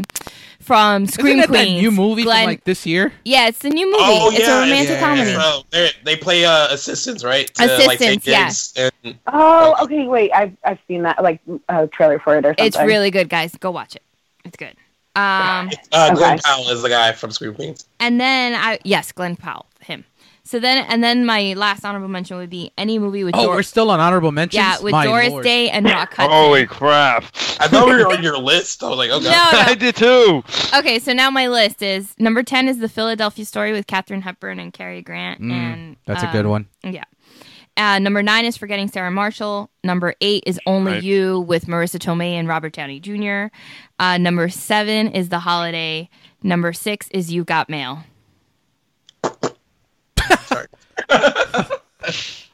S2: from scream
S1: Isn't that, that
S2: queens
S1: new movie
S2: Glenn-
S1: from like this year?
S2: Yeah, it's a new movie.
S3: Oh,
S2: it's
S3: yeah,
S2: a romantic
S1: yeah,
S2: comedy.
S1: yeah.
S3: Well, they're- they play uh, assistants, right?
S2: Assistants, yeah.
S3: yeah.
S5: Oh, okay. Wait, I've I've seen that like a trailer for it or something.
S2: It's really good, guys. Go watch it. It's good. Um,
S3: uh, Glenn
S5: Okay.
S3: Powell is the guy from Scream Queens.
S2: and then I yes, Glenn Powell, him. So then and then my last honorable mention would be any movie with
S1: Oh,
S2: Dor-
S1: we're still on honorable mentions.
S2: yeah with
S1: My
S2: Doris
S1: lord.
S2: Day and Rock Hudson.
S4: Holy crap!
S3: I thought we were on your list. I was like, oh, God.
S2: No,
S4: I did too.
S2: Okay, so now my list is number ten is the Philadelphia Story with Katherine Hepburn and Cary Grant,
S1: Mm,
S2: and
S1: That's a
S2: um,
S1: good one.
S2: Uh, number nine is Forgetting Sarah Marshall. Number eight is Only
S4: Right.
S2: You with Marissa Tomei and Robert Downey Jr. Uh, number seven is The Holiday. Number six is You Got Mail.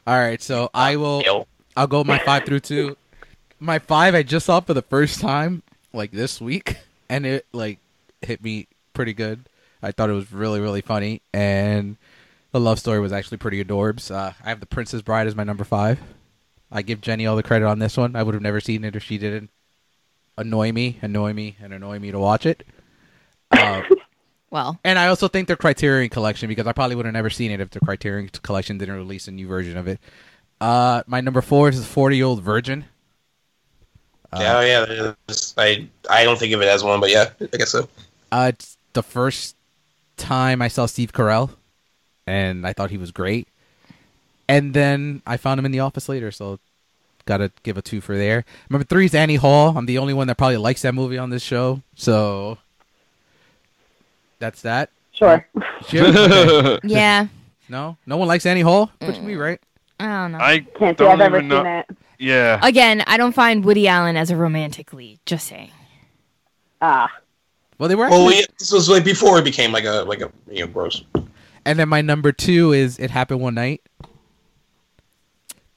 S1: All right, so I will.
S3: Ew.
S1: I'll go my five through two. My five I just saw for the first time like this week, and it like hit me pretty good. I thought it was really really funny, and the love story was actually pretty adorbs. Uh, I have the Princess Bride as my number five. I give Jenny all the credit on this one. I would have never seen it if she didn't annoy me, annoy me, and annoy me to watch it. Uh,
S2: Well,
S1: and I also think their Criterion Collection because I probably would have never seen it if the Criterion Collection didn't release a new version of it. Uh, my number four is Forty Year Old Virgin. Uh,
S3: Yeah, oh, yeah. there's- I, I don't think of it as one, but yeah, I guess so.
S1: Uh, it's the first time I saw Steve Carell, and I thought he was great. And then I found him in the office later, so gotta give a two for there. Number three is Annie Hall. I'm the only one that probably likes that movie on this show, so that's that.
S5: sure.
S1: Jim? Okay.
S2: yeah,
S1: no, no one likes Annie Hall, which me right.
S2: I don't know.
S4: I
S5: Can't say
S4: Don't
S5: I've ever
S4: even
S5: seen
S4: know.
S5: it.
S4: yeah.
S2: Again, I don't find Woody Allen as a romantic lead. Just saying.
S5: Ah,
S1: Well, they were.
S3: Well,
S1: actually-
S3: we, this was like before it became like a, like a, you know, gross.
S1: And then my number two is It Happened One Night.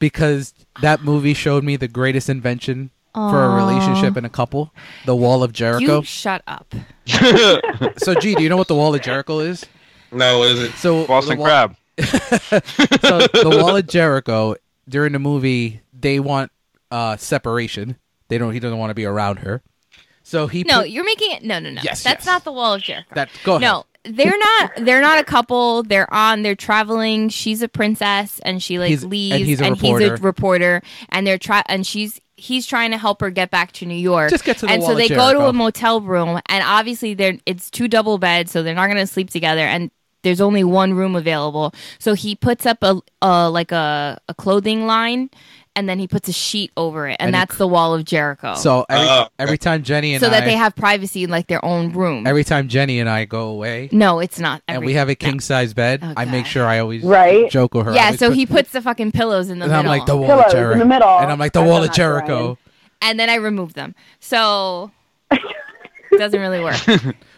S1: Because that movie showed me the greatest invention for a
S2: Aw.
S1: relationship and a couple the Wall of Jericho.
S2: You shut up.
S1: so, G, do you know what the Wall of Jericho is?
S3: No, is it?
S1: So,
S4: Boston
S1: the wall,
S4: crab.
S1: so the Wall of Jericho, during the movie, they want uh, separation. They don't. He doesn't want to be around her. So he
S2: No,
S1: put-
S2: you're making it. No, no, no.
S1: Yes,
S2: That's
S1: yes.
S2: not the Wall of Jericho.
S1: that go ahead.
S2: no, they're not. They're not a couple. They're on. They're traveling. She's a princess, and she like
S1: He's- and
S2: leaves,
S1: he's a reporter.
S2: reporter, and they're try. And she's he's trying to help her get back to New York.
S1: Just get to the
S2: and
S1: Wall
S2: so
S1: of
S2: they go to
S1: Jericho.
S2: a motel room, and obviously they're it's two double beds, so they're not going to sleep together, and there's only one room available. So he puts up a, a like a, a clothing line, and then he puts a sheet over it,
S1: And
S2: and,
S1: he
S2: that's the Wall of Jericho.
S1: So every,
S3: Oh, okay.
S1: every time Jenny and
S2: so
S1: I,
S2: that they have privacy in like their own room.
S1: every time Jenny and I go away,
S2: no, it's not.
S1: and
S2: every-
S1: we have a king size bed,
S2: Oh,
S1: I make
S2: God.
S1: sure I always
S5: Right.
S1: joke with her. I
S2: Yeah,
S1: always
S2: so
S1: put-
S2: he puts the fucking pillows in the
S1: and
S2: middle.
S1: I'm like the wall
S5: Pillows
S1: of
S5: in the
S1: Jericho,
S5: middle.
S1: and I'm like the
S5: I've
S1: wall
S5: done
S1: of
S5: that, Ryan.
S1: Jericho.
S2: and then I remove them. So it doesn't really work.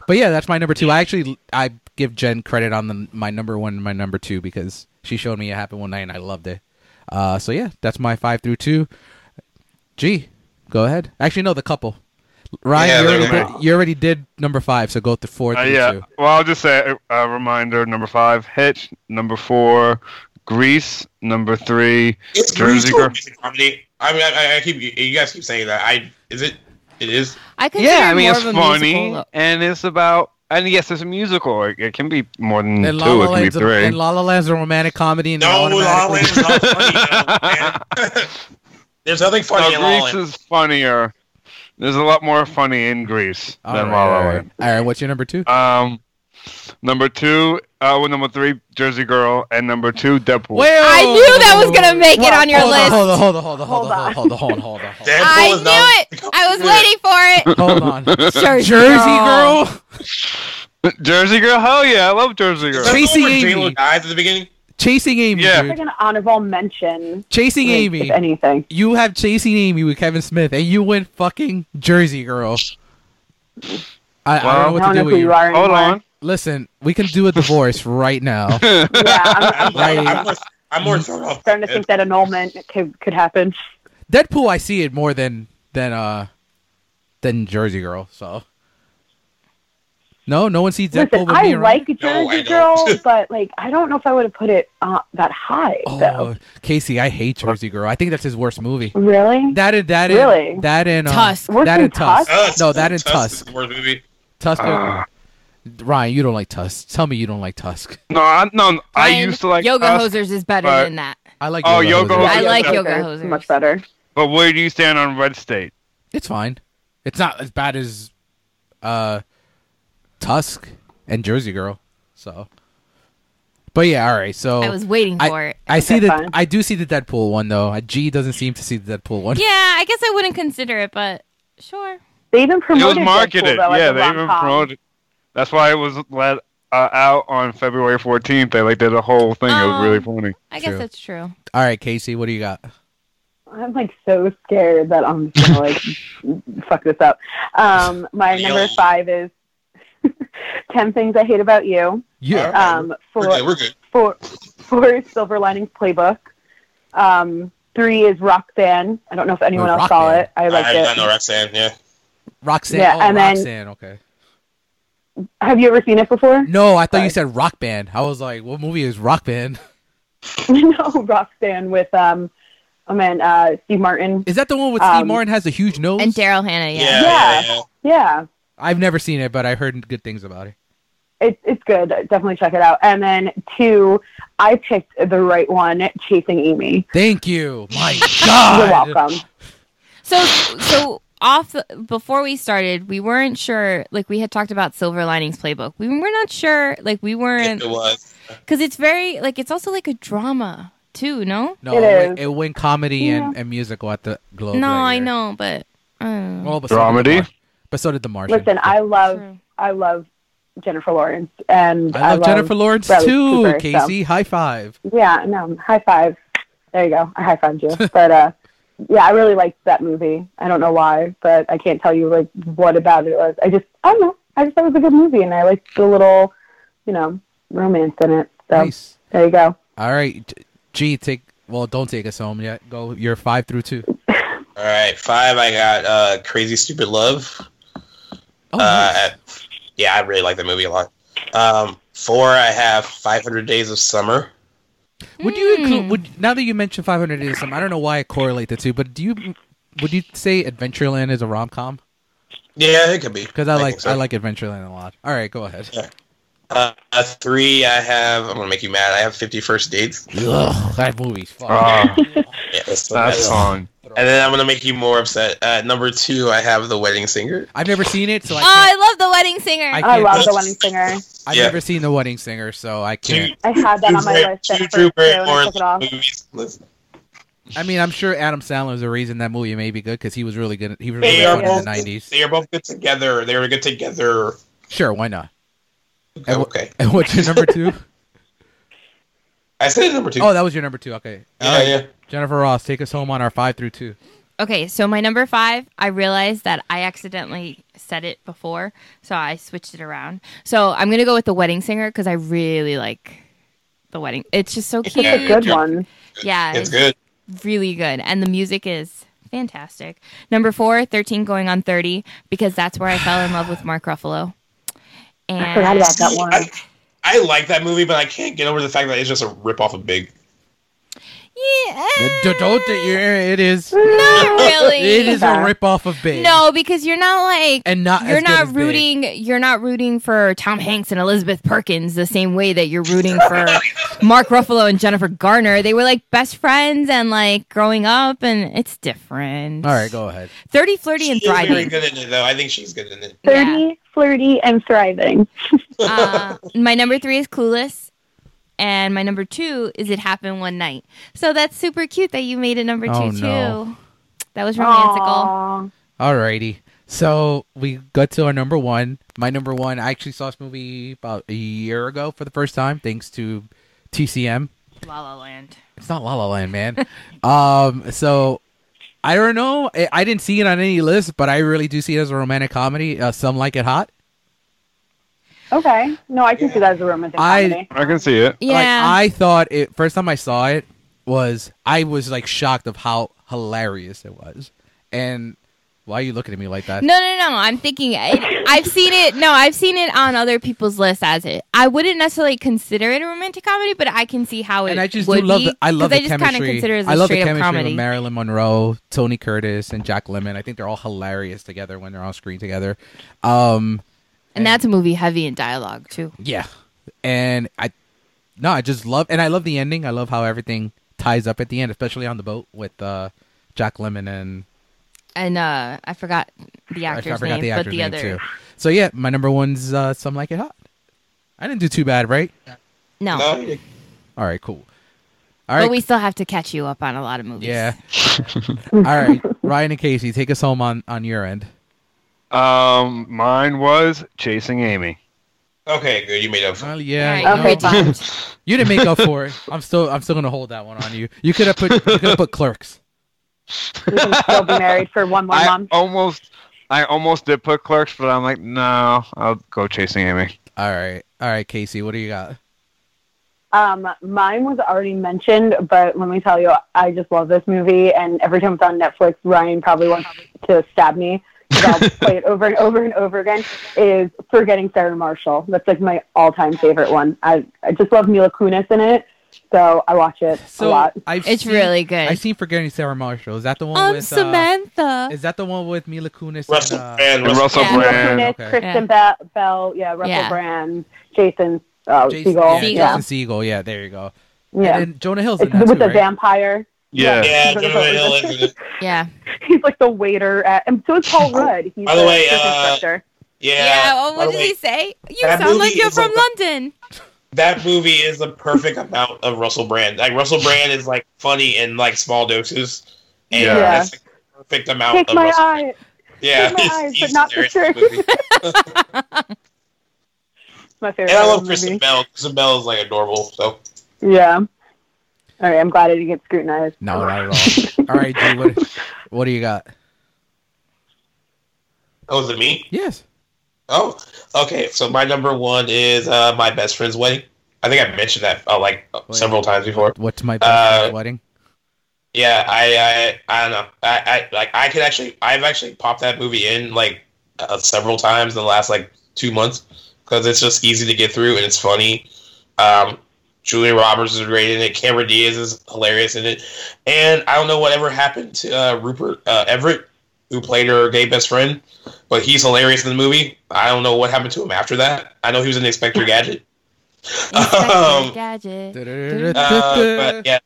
S1: But yeah, that's my number two. I actually I give Jen credit on the my number one and my number two because She showed me it happened one night, and I loved it. Uh, so yeah, that's my five through two. G, go ahead. Actually, no, the couple. Ryan,
S3: Yeah,
S1: you,
S3: they're
S1: already
S3: my-
S1: did, you already did number five, so go to four
S4: Uh,
S1: through
S4: yeah.
S1: two.
S4: Well, I'll just say a uh, reminder: number five, Hitch. Number four, Grease. Number three,
S3: It's
S4: Jersey
S3: Jersey
S4: Girl.
S3: comedy. I mean, I, I- I keep you guys keep saying that. I is it? It is.
S2: I consider
S4: yeah. I mean,
S2: more
S4: it's
S2: of a
S4: funny,
S2: musical.
S4: and it's about. And yes, it's a musical. It, it can be more than
S1: And La
S4: two.
S1: La
S4: It can be
S1: Land's a,
S4: three.
S1: and La La Land's a romantic comedy. And
S3: No,
S1: no,
S3: La La Land is not funny. though, man. There's nothing funny in La La
S4: no, Grease
S3: Land.
S4: is funnier. There's a lot more funny in Grease
S1: All
S4: than
S1: right,
S4: La La
S1: all right.
S4: Land.
S1: All right, what's your number two?
S4: Um, number two, uh, well, number three, Jersey Girl, and number two, Deadpool.
S2: I knew that was gonna make it on your
S1: hold
S2: list.
S1: On, hold on, hold on, hold on,
S5: Hold
S1: hold on, hold on, hold on, hold on,
S3: Deadpool
S2: I
S3: is not-
S2: knew it. I was waiting
S1: hold on. Hold on.
S2: for it. Jersey,
S1: Jersey girl,
S4: Jersey Girl, hell yeah, I love Jersey
S3: Is
S4: Girl.
S3: that the
S1: Tracy
S3: one where J-Lo
S1: Amy.
S3: dies at the beginning?
S1: chasing Amy,
S4: Yeah.
S1: dude.
S5: It's like an honorable mention.
S1: chasing
S5: like,
S1: Amy.
S5: If anything.
S1: You have chasing Amy with Kevin Smith, and you win fucking Jersey Girl. I, I don't know
S4: Wow.
S5: I
S1: what
S5: don't
S1: to
S5: know
S1: do
S5: who
S1: with
S5: you
S1: you.
S5: are
S4: Hold
S5: anymore.
S4: on.
S1: Listen, we can do a divorce right now.
S5: Yeah, I'm, I'm
S3: I'm,
S1: Right. Mm-hmm.
S3: I'm, more, I'm more thrown off.
S5: starting to think that annulment could, could happen.
S1: Deadpool, I see it more than than uh than Jersey Girl. So no, no one sees Deadpool.
S5: Listen,
S1: with
S5: I
S1: me, right?
S5: like
S3: No, I
S5: Jersey Girl,
S3: don't.
S5: but like I don't know if I would have put it uh, that high.
S1: Oh,
S5: though.
S1: Casey, I hate Jersey Girl. I think that's his worst movie.
S5: Really?
S1: That and that
S5: Really?
S1: and that and uh,
S2: Tusk.
S5: Worse
S1: That
S5: than
S1: and Tusk.
S3: Tusk.
S1: No, that and
S3: is
S1: Tusk.
S3: the worst movie.
S1: Tusk.
S4: Ah.
S1: Ryan, you don't like Tusk. Tell me you don't like Tusk.
S4: No, I, no, I
S2: Ryan,
S4: used to like
S2: Yoga
S4: Us,
S2: Hosers is better
S4: but-
S2: than that.
S1: I like.
S4: Oh,
S1: Yoga
S4: Yoga
S1: Hosers.
S4: Hosers.
S2: I like
S5: Yoga
S2: yoga
S5: Hosers.
S2: hosers.
S5: Much better.
S4: but where do you stand on Red State?
S1: It's fine. It's not as bad as uh Tusk and Jersey Girl. So, but yeah, all right. So
S4: Oh.
S2: I was waiting for it.
S1: I see
S5: Okay,
S1: that.
S5: fine.
S1: I do see the Deadpool one though. Uh, G doesn't seem to see the Deadpool one.
S2: Yeah, I guess I wouldn't consider it, but sure.
S5: They even
S4: It
S5: promoted
S4: was marketed.
S5: Deadpool, though, as
S4: yeah,
S5: a
S4: they even
S5: rom-com.
S4: promoted. That's why it was let uh, out on February 14th. They like did a whole thing. It was really
S2: Um,
S4: funny.
S2: I
S1: True.
S2: guess that's true.
S1: All right, Casey, what do you got?
S5: I'm like so scared that I'm just gonna like fuck this up. Um, my
S3: Yo.
S5: number five is ten things I hate about you.
S1: Yeah.
S3: Alright.
S4: Uh,
S5: Um,
S3: We're
S5: for
S3: good. We're good.
S5: four, four is Silver Linings Playbook. Um, three is Rock Band. I don't know if anyone
S1: Oh,
S5: else
S1: Rock
S5: saw
S1: Band.
S5: it. I liked
S3: I, I
S5: it.
S3: know Roxanne. Yeah.
S1: Roxanne.
S5: yeah,
S1: oh,
S5: and then-
S1: Roxanne. okay.
S5: Have you ever seen it before?
S1: No, I thought you
S5: Sorry.
S1: said Rock Band. I was like, what movie is Rock Band?
S5: no, Rock Band with um, oh man, uh, Steve Martin.
S1: Is that the one with Steve
S5: Um,
S1: Martin has a huge nose?
S2: And Daryl Hannah, yeah.
S3: Yeah.
S5: Yeah.
S3: yeah.
S5: Yeah,
S1: I've never seen it, but I heard good things about it.
S5: it's it's good. Definitely check it out. And then two, I picked the right one, Chasing Amy.
S1: Thank you. My God.
S5: You're welcome.
S2: So so off the, before we started, we weren't sure. Like we had talked about Silver Linings Playbook. We were not sure. Like we
S3: yeah.
S2: weren't
S3: It was.
S2: because it's very like it's also like a drama too. No,
S1: No,
S5: It
S1: it, went,
S5: is.
S1: it went comedy and, and musical at the Globe.
S2: no,
S1: that
S2: I
S1: year.
S2: know, but I don't know.
S1: Oh, Well, but so did The
S4: Dramedy?
S1: Mar- but so did the Martian.
S5: Listen, I love
S2: True.
S5: I love Jennifer Lawrence and
S1: I love Jennifer Lawrence
S5: Bradley
S1: too.
S5: Cooper, so-
S1: Casey, high five.
S5: Yeah, no, high five. There you go. I high fived you. but uh, yeah, I really liked that movie. I don't know why, but I can't tell you like what about it was. I just I don't know. I just thought it was a good movie, and I liked the little, you know, romance in it. So
S1: Nice.
S5: there you go.
S1: All right, G- G, take. Well, don't take us home yet. Go. You're five through two.
S3: All right. Five. I got uh, Crazy Stupid Love.
S1: Oh,
S3: Uh,
S1: nice.
S3: yeah, I really like that movie a lot. Um, four, I have 500 Days of Summer.
S1: would you include?
S2: Mm.
S1: Would now that you mentioned 500 Days of Summer, I don't know why I correlate the two, but do you? Would you say Adventureland is a rom com?
S3: Yeah, it could be.
S1: Because I,
S3: think
S1: like
S3: so.
S1: I like Adventureland a lot. All right, go ahead.
S3: Uh, uh, three, I have. I'm gonna make you mad. I have 50 First Dates.
S1: Ugh, that movie's fuck.
S4: Ah,
S3: Yeah, that's the
S4: that's
S3: best.
S4: fun.
S3: And then I'm gonna make you more upset. Uh, number two, I have The Wedding Singer.
S1: I've never seen it, so I
S2: Oh,
S1: can't,
S2: I love the wedding singer.
S1: I
S5: I
S1: can't-
S5: love the wedding singer.
S1: I've
S3: yeah.
S1: never seen The Wedding Singer, so I can't.
S5: I had that on my
S3: Drew Barry-
S5: list. at
S3: two
S5: first,
S3: Drew
S5: too, and I
S3: Barrymore
S5: took it off.
S3: movies. Listen,
S1: I mean, I'm sure Adam Sandler is the reason that movie may be good because he was really good. He was really
S3: They are
S1: good in the
S3: both.
S1: '90s.
S3: They are both good together. They were good together.
S1: Sure, why not?
S3: Okay.
S1: And wh-
S3: okay.
S1: And what's your number two?
S3: I said number two.
S1: oh, that was your number two. Okay. All
S3: yeah,
S1: right.
S3: yeah.
S1: Jennifer Ross, take us home on our five through two.
S2: Okay, so my number five, I realized that I accidentally said it before, so I switched it around. So I'm gonna go with the wedding singer because I really like the wedding. It's just so
S5: It's
S2: cute.
S5: such a good one.
S2: Yeah,
S3: It's good.
S2: really good. And the music is fantastic. Number four, 13 going on 30, because that's where I fell in love with Mark Ruffalo. And
S5: I forgot about that
S3: See,
S5: one.
S3: I, I like that movie, but I can't get over the fact that it's just a rip off of Big.
S2: Yeah.
S1: D- Don't yeah, it is.
S2: Not really.
S1: It is a
S5: Okay.
S1: ripoff of Big.
S2: No, because you're not like
S1: and not
S2: you're
S1: as good
S2: not
S1: as Big.
S2: rooting you're not rooting for Tom Hanks and Elizabeth Perkins the same way that you're rooting for Mark Ruffalo and Jennifer Garner. They were like best friends and like growing up and it's different.
S1: All right, go ahead.
S2: 30 flirty and
S3: She's very
S2: thriving.
S3: good in it, though. I think she's good in it.
S2: Yeah.
S5: Thirty, flirty, and thriving.
S2: uh, my number three is Clueless, and my number two is It Happened One Night. So that's super cute that you made it number two
S1: Oh,
S2: too.
S1: no.
S2: That was romantical.
S5: Aw.
S1: Alrighty. So we got to our number one. My number one. I actually saw this movie about a year ago for the first time, thanks to TCM.
S2: La La Land.
S1: It's not La La Land, man. um. So I don't know. I, I didn't see it on any list, but I really do see it as a romantic comedy. Uh, Some like it hot.
S5: Okay. No, I can see that as a romantic
S1: I-
S5: comedy.
S4: I can see it.
S1: Like
S2: Yeah,
S1: I thought it first time I saw it was I was like shocked of how hilarious it was. And why are you looking at me like that?
S2: No, no, no. I'm thinking it, I've seen it. No, I've seen it on other people's lists as it. I wouldn't necessily consider it a romantic comedy, but I can see how it.
S1: and I just
S2: would
S1: do love
S2: be,
S1: the, I love
S2: 'cause
S1: the
S2: I just kinda
S1: chemistry.
S2: Consider it as a
S1: I love the
S2: straight
S1: chemistry
S2: up comedy.
S1: with Marilyn Monroe, Tony Curtis, and Jack Lemmon. I think they're all hilarious together when they're on screen together. Um,
S2: and that's a movie heavy in dialogue too.
S1: yeah, and I no, I just love and I love the ending. I love how everything ties up at the end, especially on the boat with uh, Jack Lemmon and
S2: And uh, I forgot the
S1: I
S2: actor's
S1: forgot
S2: name,
S1: the
S2: but
S1: actor's
S2: the
S1: name
S2: other.
S1: too. So yeah, my number one's uh, some like it hot. I didn't do too bad, right?
S2: No,
S3: No,
S1: All right, cool. All right,
S2: but we still have to catch you up on a lot of movies.
S1: yeah. All right, Ryan and Casey, take us home on on your end.
S4: Um, mine was Chasing Amy.
S3: okay, good. You made up. for it.
S1: Well, yeah,
S2: All
S1: no,
S2: right,
S1: you,
S2: you're redeemed.
S1: didn't make up for it. I'm still, I'm still gonna hold that one on you. You could have put, you could have put clerks.
S5: We can still be married for one more
S4: I
S5: month.
S4: almost, I almost did put Clerks, but I'm like, no, I'll go Chasing Amy.
S1: All right, all right, Casey, what do you got?
S5: Um, mine was already mentioned, but let me tell you, I just love this movie, and every time it's on Netflix, Ryan probably wants to stab me because I'll play it over and over and over again. Is Forgetting Sarah Marshall. That's like my all-time favorite one. I I just love Mila Kunis in it, so I watch it a lot.
S1: I've
S2: It's
S1: seen-
S2: really good.
S1: I've seen Forgetting Sarah Marshall. Is that the one
S2: I'm
S1: with? Uh,
S2: Samantha.
S1: is that the one with Mila Kunis?
S3: Russell
S1: And, uh,
S3: Brand.
S4: And Russell
S2: Yeah.
S5: Mila
S4: Brand.
S5: Kunis,
S1: Okay.
S5: Kristen Be- Bell, yeah, Russell
S2: Yeah.
S5: Brand, Jason uh,
S1: Jason,
S5: Segel,
S1: yeah,
S5: yeah,
S1: Jason Siegel. Yeah, there you go.
S5: yeah.
S1: And then Jonah Hill's in
S5: It's
S1: that
S5: with
S1: too,
S5: the
S1: right?
S5: vampire.
S4: Yeah.
S3: Yeah,
S5: He's
S3: Jonah Hill is in it.
S2: yeah.
S5: He's like the waiter at, and so is Paul Rudd. He's
S3: By the way,
S5: a circus
S3: uh,
S5: instructor.
S3: Yeah.
S2: Yeah. oh,
S3: By
S2: what
S3: the
S2: did
S3: way,
S2: he say? You
S3: that
S2: sound like
S3: movie
S2: you're
S3: is
S2: from
S3: a-
S2: London.
S3: That movie is the perfect amount of Russell Brand. Like Russell Brand is like funny in like small doses, and
S4: Yeah.
S3: that's like the perfect amount
S5: Take
S3: of
S5: my
S3: Russell.
S5: eye.
S3: Yeah,
S5: take my
S3: he's-
S5: eyes, but
S3: he's
S5: not the
S3: hilarious in
S5: shirt.
S3: movie.
S5: It's my favorite.
S3: And I love
S5: movie.
S3: Kristen Bell. Kristen Bell is like adorable. So
S5: Yeah. All right, I'm glad I didn't get scrutinized.
S1: No, not at all. all right, G, what, what do you got?
S3: oh, is it me?
S1: Yes.
S3: Oh, okay. So my number one is uh, my best friend's wedding. I think I mentioned that uh, like
S1: Wait.
S3: several times before.
S1: What's my
S3: Uh,
S1: best wedding?
S3: Yeah, I, I, I don't know. I, I, like, I could actually, I've actually popped that movie in like uh, several times in the last like two months because it's just easy to get through and it's funny. Um, Julia Roberts is great in it. Cameron Diaz is hilarious in it, and I don't know whatever happened to uh, Rupert uh, Everett, who played her gay best friend, but he's hilarious in the movie. I don't know what happened to him after that. I know he was in Inspector Gadget. Um,
S2: Inspector Gadget.
S3: Uh, but yeah,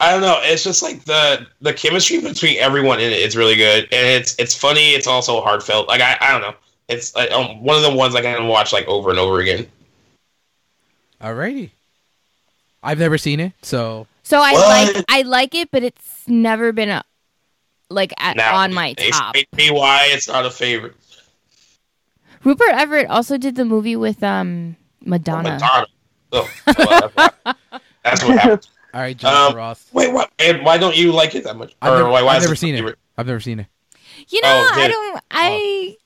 S3: I don't know. It's just like the the chemistry between everyone in it is really good, and it's it's funny. It's also heartfelt. Like I, I don't know. It's like, um, one of the ones I can watch like over and over again.
S1: Alrighty. I've never seen it, so
S2: So I
S3: What?
S2: like I like it, but it's never been a like at,
S3: Now,
S2: Uh, on my
S3: explain
S2: top.
S3: to Me why it's not a favorite.
S2: Rupert Everett also did the movie with um Madonna.
S3: Madonna. Oh, well, that's, what, that's what happened.
S1: all right, Jennifer
S3: Um,
S1: Ross.
S3: Wait, what? And why don't you like it that much?
S1: I've never,
S3: why, why
S1: I've
S3: is
S1: never
S3: it
S1: seen
S3: favorite?
S1: it. I've never seen it.
S2: You know,
S3: Oh,
S2: I
S3: did-
S2: don't I I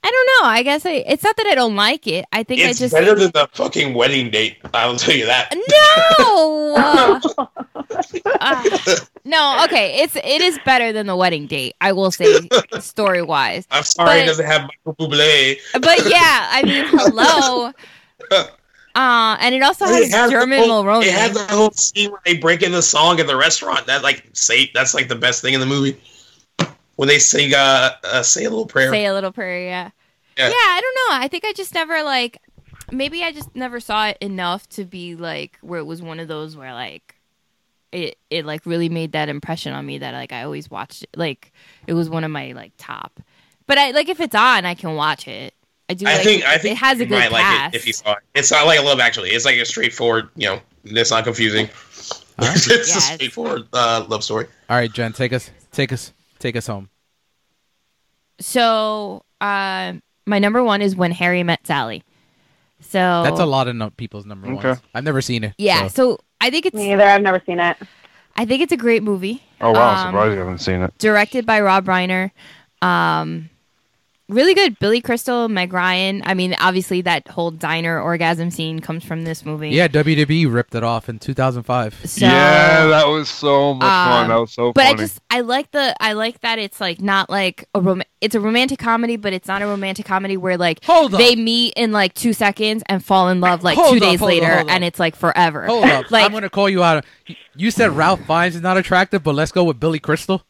S2: I don't know. I guess I. It's not that I don't like it. I think
S3: It's
S2: I just
S3: better than the fucking wedding date. I'll tell you that.
S2: no. Ah, no. Okay. It's it is better than the wedding date. I will say story wise.
S3: I'm sorry,
S2: But-
S3: it doesn't have Michael Bublé.
S2: But yeah, I mean, hello. Uh, and it also has
S3: It has the
S2: German
S3: whole-
S2: Mulroney.
S3: It has the whole scene where they break in the song at the restaurant. That like say that's like the best thing in the movie when they sing uh, uh say a little prayer.
S2: Say a little prayer, yeah.
S3: Yeah.
S2: yeah. I don't know. I think I just never like maybe I just never saw it enough to be like where it was one of those where like it it like really made that impression on me that like I always watched it. Like it was one of my like top. But I like if it's on, I can watch it. I do.
S3: I
S2: like,
S3: think
S2: it,
S3: I think
S2: it has a
S3: you
S2: good
S3: might
S2: cast.
S3: like it if you saw it. It's not like a love actually. It's like a straightforward. You know, it's not confusing.
S1: Alright.
S3: it's
S2: Yeah,
S3: a
S2: it's-
S3: straightforward uh, love story.
S1: All right, Jen, take us, take us, take us home.
S2: so uh, my number one is when Harry met Sally. So
S1: That's a lot of no- people's number
S4: Okay.
S1: ones. I've never seen it.
S2: Oh. Yeah.
S1: so-
S2: So I think
S5: Me
S2: it's
S5: either. I've never seen it.
S2: I think it's a great movie.
S4: Oh wow, I'm
S2: Um,
S4: surprised you haven't seen it.
S2: directed by Rob Reiner. Um, really good. Billy Crystal, Meg Ryan. I mean, obviously that whole diner orgasm scene comes from this movie.
S1: yeah, WWE ripped it off in 2005.
S2: So,
S4: yeah, that was so much fun.
S2: um,
S4: That was so
S2: but I
S4: funny.
S2: just I like the I like that it's like not like a rom- it's a romantic comedy, but it's not a romantic comedy where like
S1: Hold up.
S2: they meet in like two seconds and fall in love like
S1: Hold
S2: two
S1: up,
S2: days
S1: hold up,
S2: later,
S1: hold up.
S2: and it's like forever.
S1: Hold up,
S2: like
S1: I'm gonna call you out. You said Ralph Fiennes is not attractive, but let's go with Billy Crystal.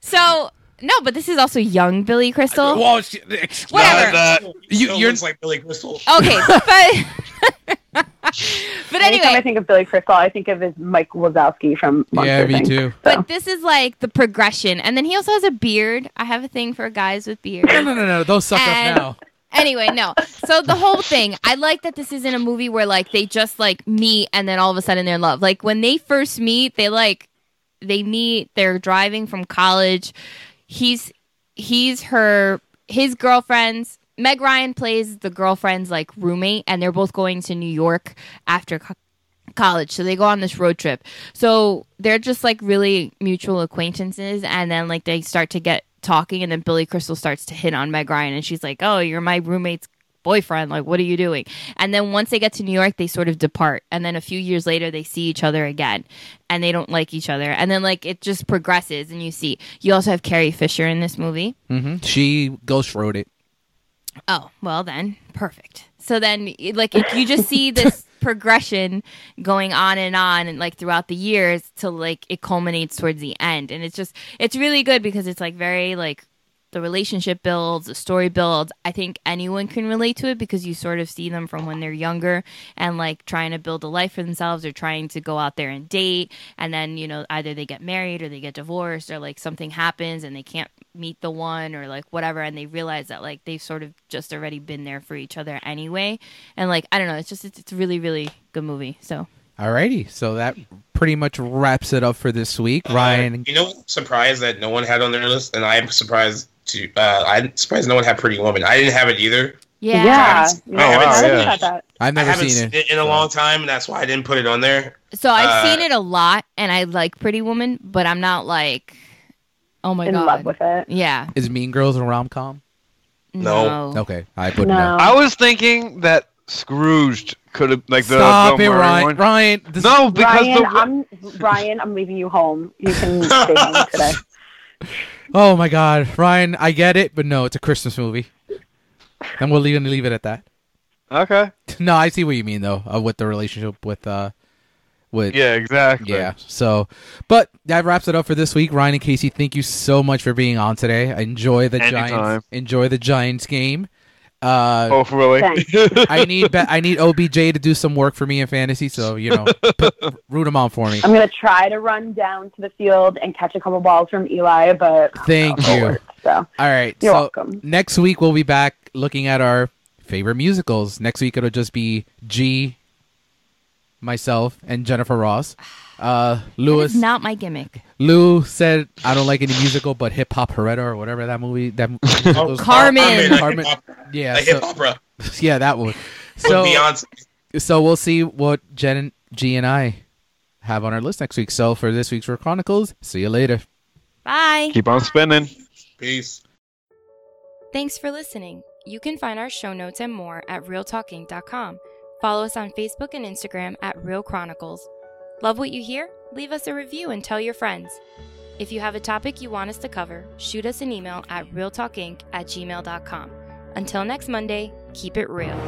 S2: so no, but this is also young Billy Crystal.
S1: Whoa, she- ex-
S2: Oh. Whatever. Oh.
S1: You-
S3: Uh, you,
S1: you're-
S3: you're like Billy Crystal.
S2: Okay, but but
S5: Anytime I
S2: anyway,
S5: think of Billy Crystal, I think of his Mike Wazowski from Monster
S1: yeah, me
S5: Inc.
S1: too.
S2: but this is like the progression, and then he also has a beard. I have a thing for guys with beards.
S1: No, no, no, no. Those suck
S2: And-
S1: up now.
S2: anyway, no. So the whole thing, I like that this isn't a movie where like they just like meet and then all of a sudden they're in love. Like when they first meet, they like they meet, they're driving from college. He's he's her his girlfriend's Meg Ryan plays the girlfriend's like roommate and they're both going to New York after co- college. So they go on this road trip. So they're just like really mutual acquaintances, and then like they start to get talking, and then Billy Crystal starts to hit on Meg Ryan, and she's like, "Oh, you're my roommate's." boyfriend like what are you doing and then once they get to new york they sort of depart and then a few years later they see each other again and they don't like each other and then like it just progresses and you see you also have carrie fisher in this movie
S1: hmm She ghost wrote it.
S2: Oh, well then, perfect. So then it- like if you just see this progression going on and on and like throughout the years till like it culminates towards the end and it's just it's really good because it's like very like the relationship builds, the story builds. I think anyone can relate to it because you sort of see them from when they're younger and like trying to build a life for themselves or trying to go out there and date. And then, you know, either they get married or they get divorced or like something happens and they can't meet the one or like whatever. And they realize that like they've sort of just already been there for each other anyway. And like, I don't know, it's just, it's, it's a really, really good movie. So
S1: Alrighty, so that pretty much wraps it up for this week. Ryan,
S3: Uh, You know, what I'm surprised that no one had on their list, and I'm surprised to uh, I'm surprised no one had Pretty Woman. I didn't have it either.
S2: yeah.
S5: Yeah.
S3: Oh,
S5: I
S4: wow,
S5: haven't
S4: yeah.
S5: thought that.
S1: I've
S3: I
S1: never
S3: haven't
S1: seen, it.
S3: in a long time, and that's why I didn't put it on there.
S2: So I've
S3: Uh,
S2: seen it a lot and I like Pretty Woman, but I'm not like, oh my
S5: In
S2: God.
S5: love with it.
S2: yeah.
S1: Is Mean Girls a rom com?
S3: No.
S1: Okay, I put no.
S5: No.
S4: I was thinking that Scrooged could have like the
S1: Stop
S4: Bill
S1: it,
S4: Murray
S1: Ryan.
S4: one.
S1: Ryan, this
S4: No, because
S5: Ryan,
S4: the
S5: I'm Ryan. I'm leaving you home. You can stay home today.
S1: Oh my God, Ryan, I get it, but no, it's a Christmas movie, and we'll leave, leave it at that.
S4: okay,
S1: No, I see what you mean though, uh, with the relationship with uh, with
S4: yeah, exactly.
S1: yeah. So, but that wraps it up for this week. Ryan and Casey, thank you so much for being on today. Enjoy the
S4: Anytime.
S1: Giants. Enjoy the Giants game. Uh,
S4: both Oh, really.
S5: Thanks.
S4: Oh.
S1: I need ba- I need OBJ to do some work for me in fantasy, so you know, put, root him on for me.
S5: I'm gonna try to run down to the field and catch a couple balls from Eli, but
S1: Thank
S5: I'll
S1: you.
S5: work, so
S1: All right,
S5: you're
S1: so
S5: welcome.
S1: next week we'll be back looking at our favorite musicals. Next week it'll just be G, myself, and Jennifer Ross. Uh,
S2: It's
S1: Lewis
S2: not my gimmick.
S1: Lou said I don't like any musical, but Hip Hop Heretta or whatever that movie that
S3: Oh,
S1: musical's-
S2: Carmen.
S1: Carmen.
S3: Carmen,
S1: yeah,
S3: like hip
S1: so,
S3: opera
S1: yeah, that one.
S3: with
S1: So
S3: Beyonce.
S1: so we'll see what Jen and G and I have on our list next week. So for this week's Rock Chronicles, see you later.
S2: Bye.
S4: Keep on spinning.
S3: Peace.
S2: Thanks for listening. You can find our show notes and more at realtalking.com. Follow us on Facebook and Instagram at Real Chronicles. Love what you hear? Leave us a review and tell your friends. If you have a topic you want us to cover, shoot us an email at realtalkinc at gmail.com. Until next Monday, keep it real.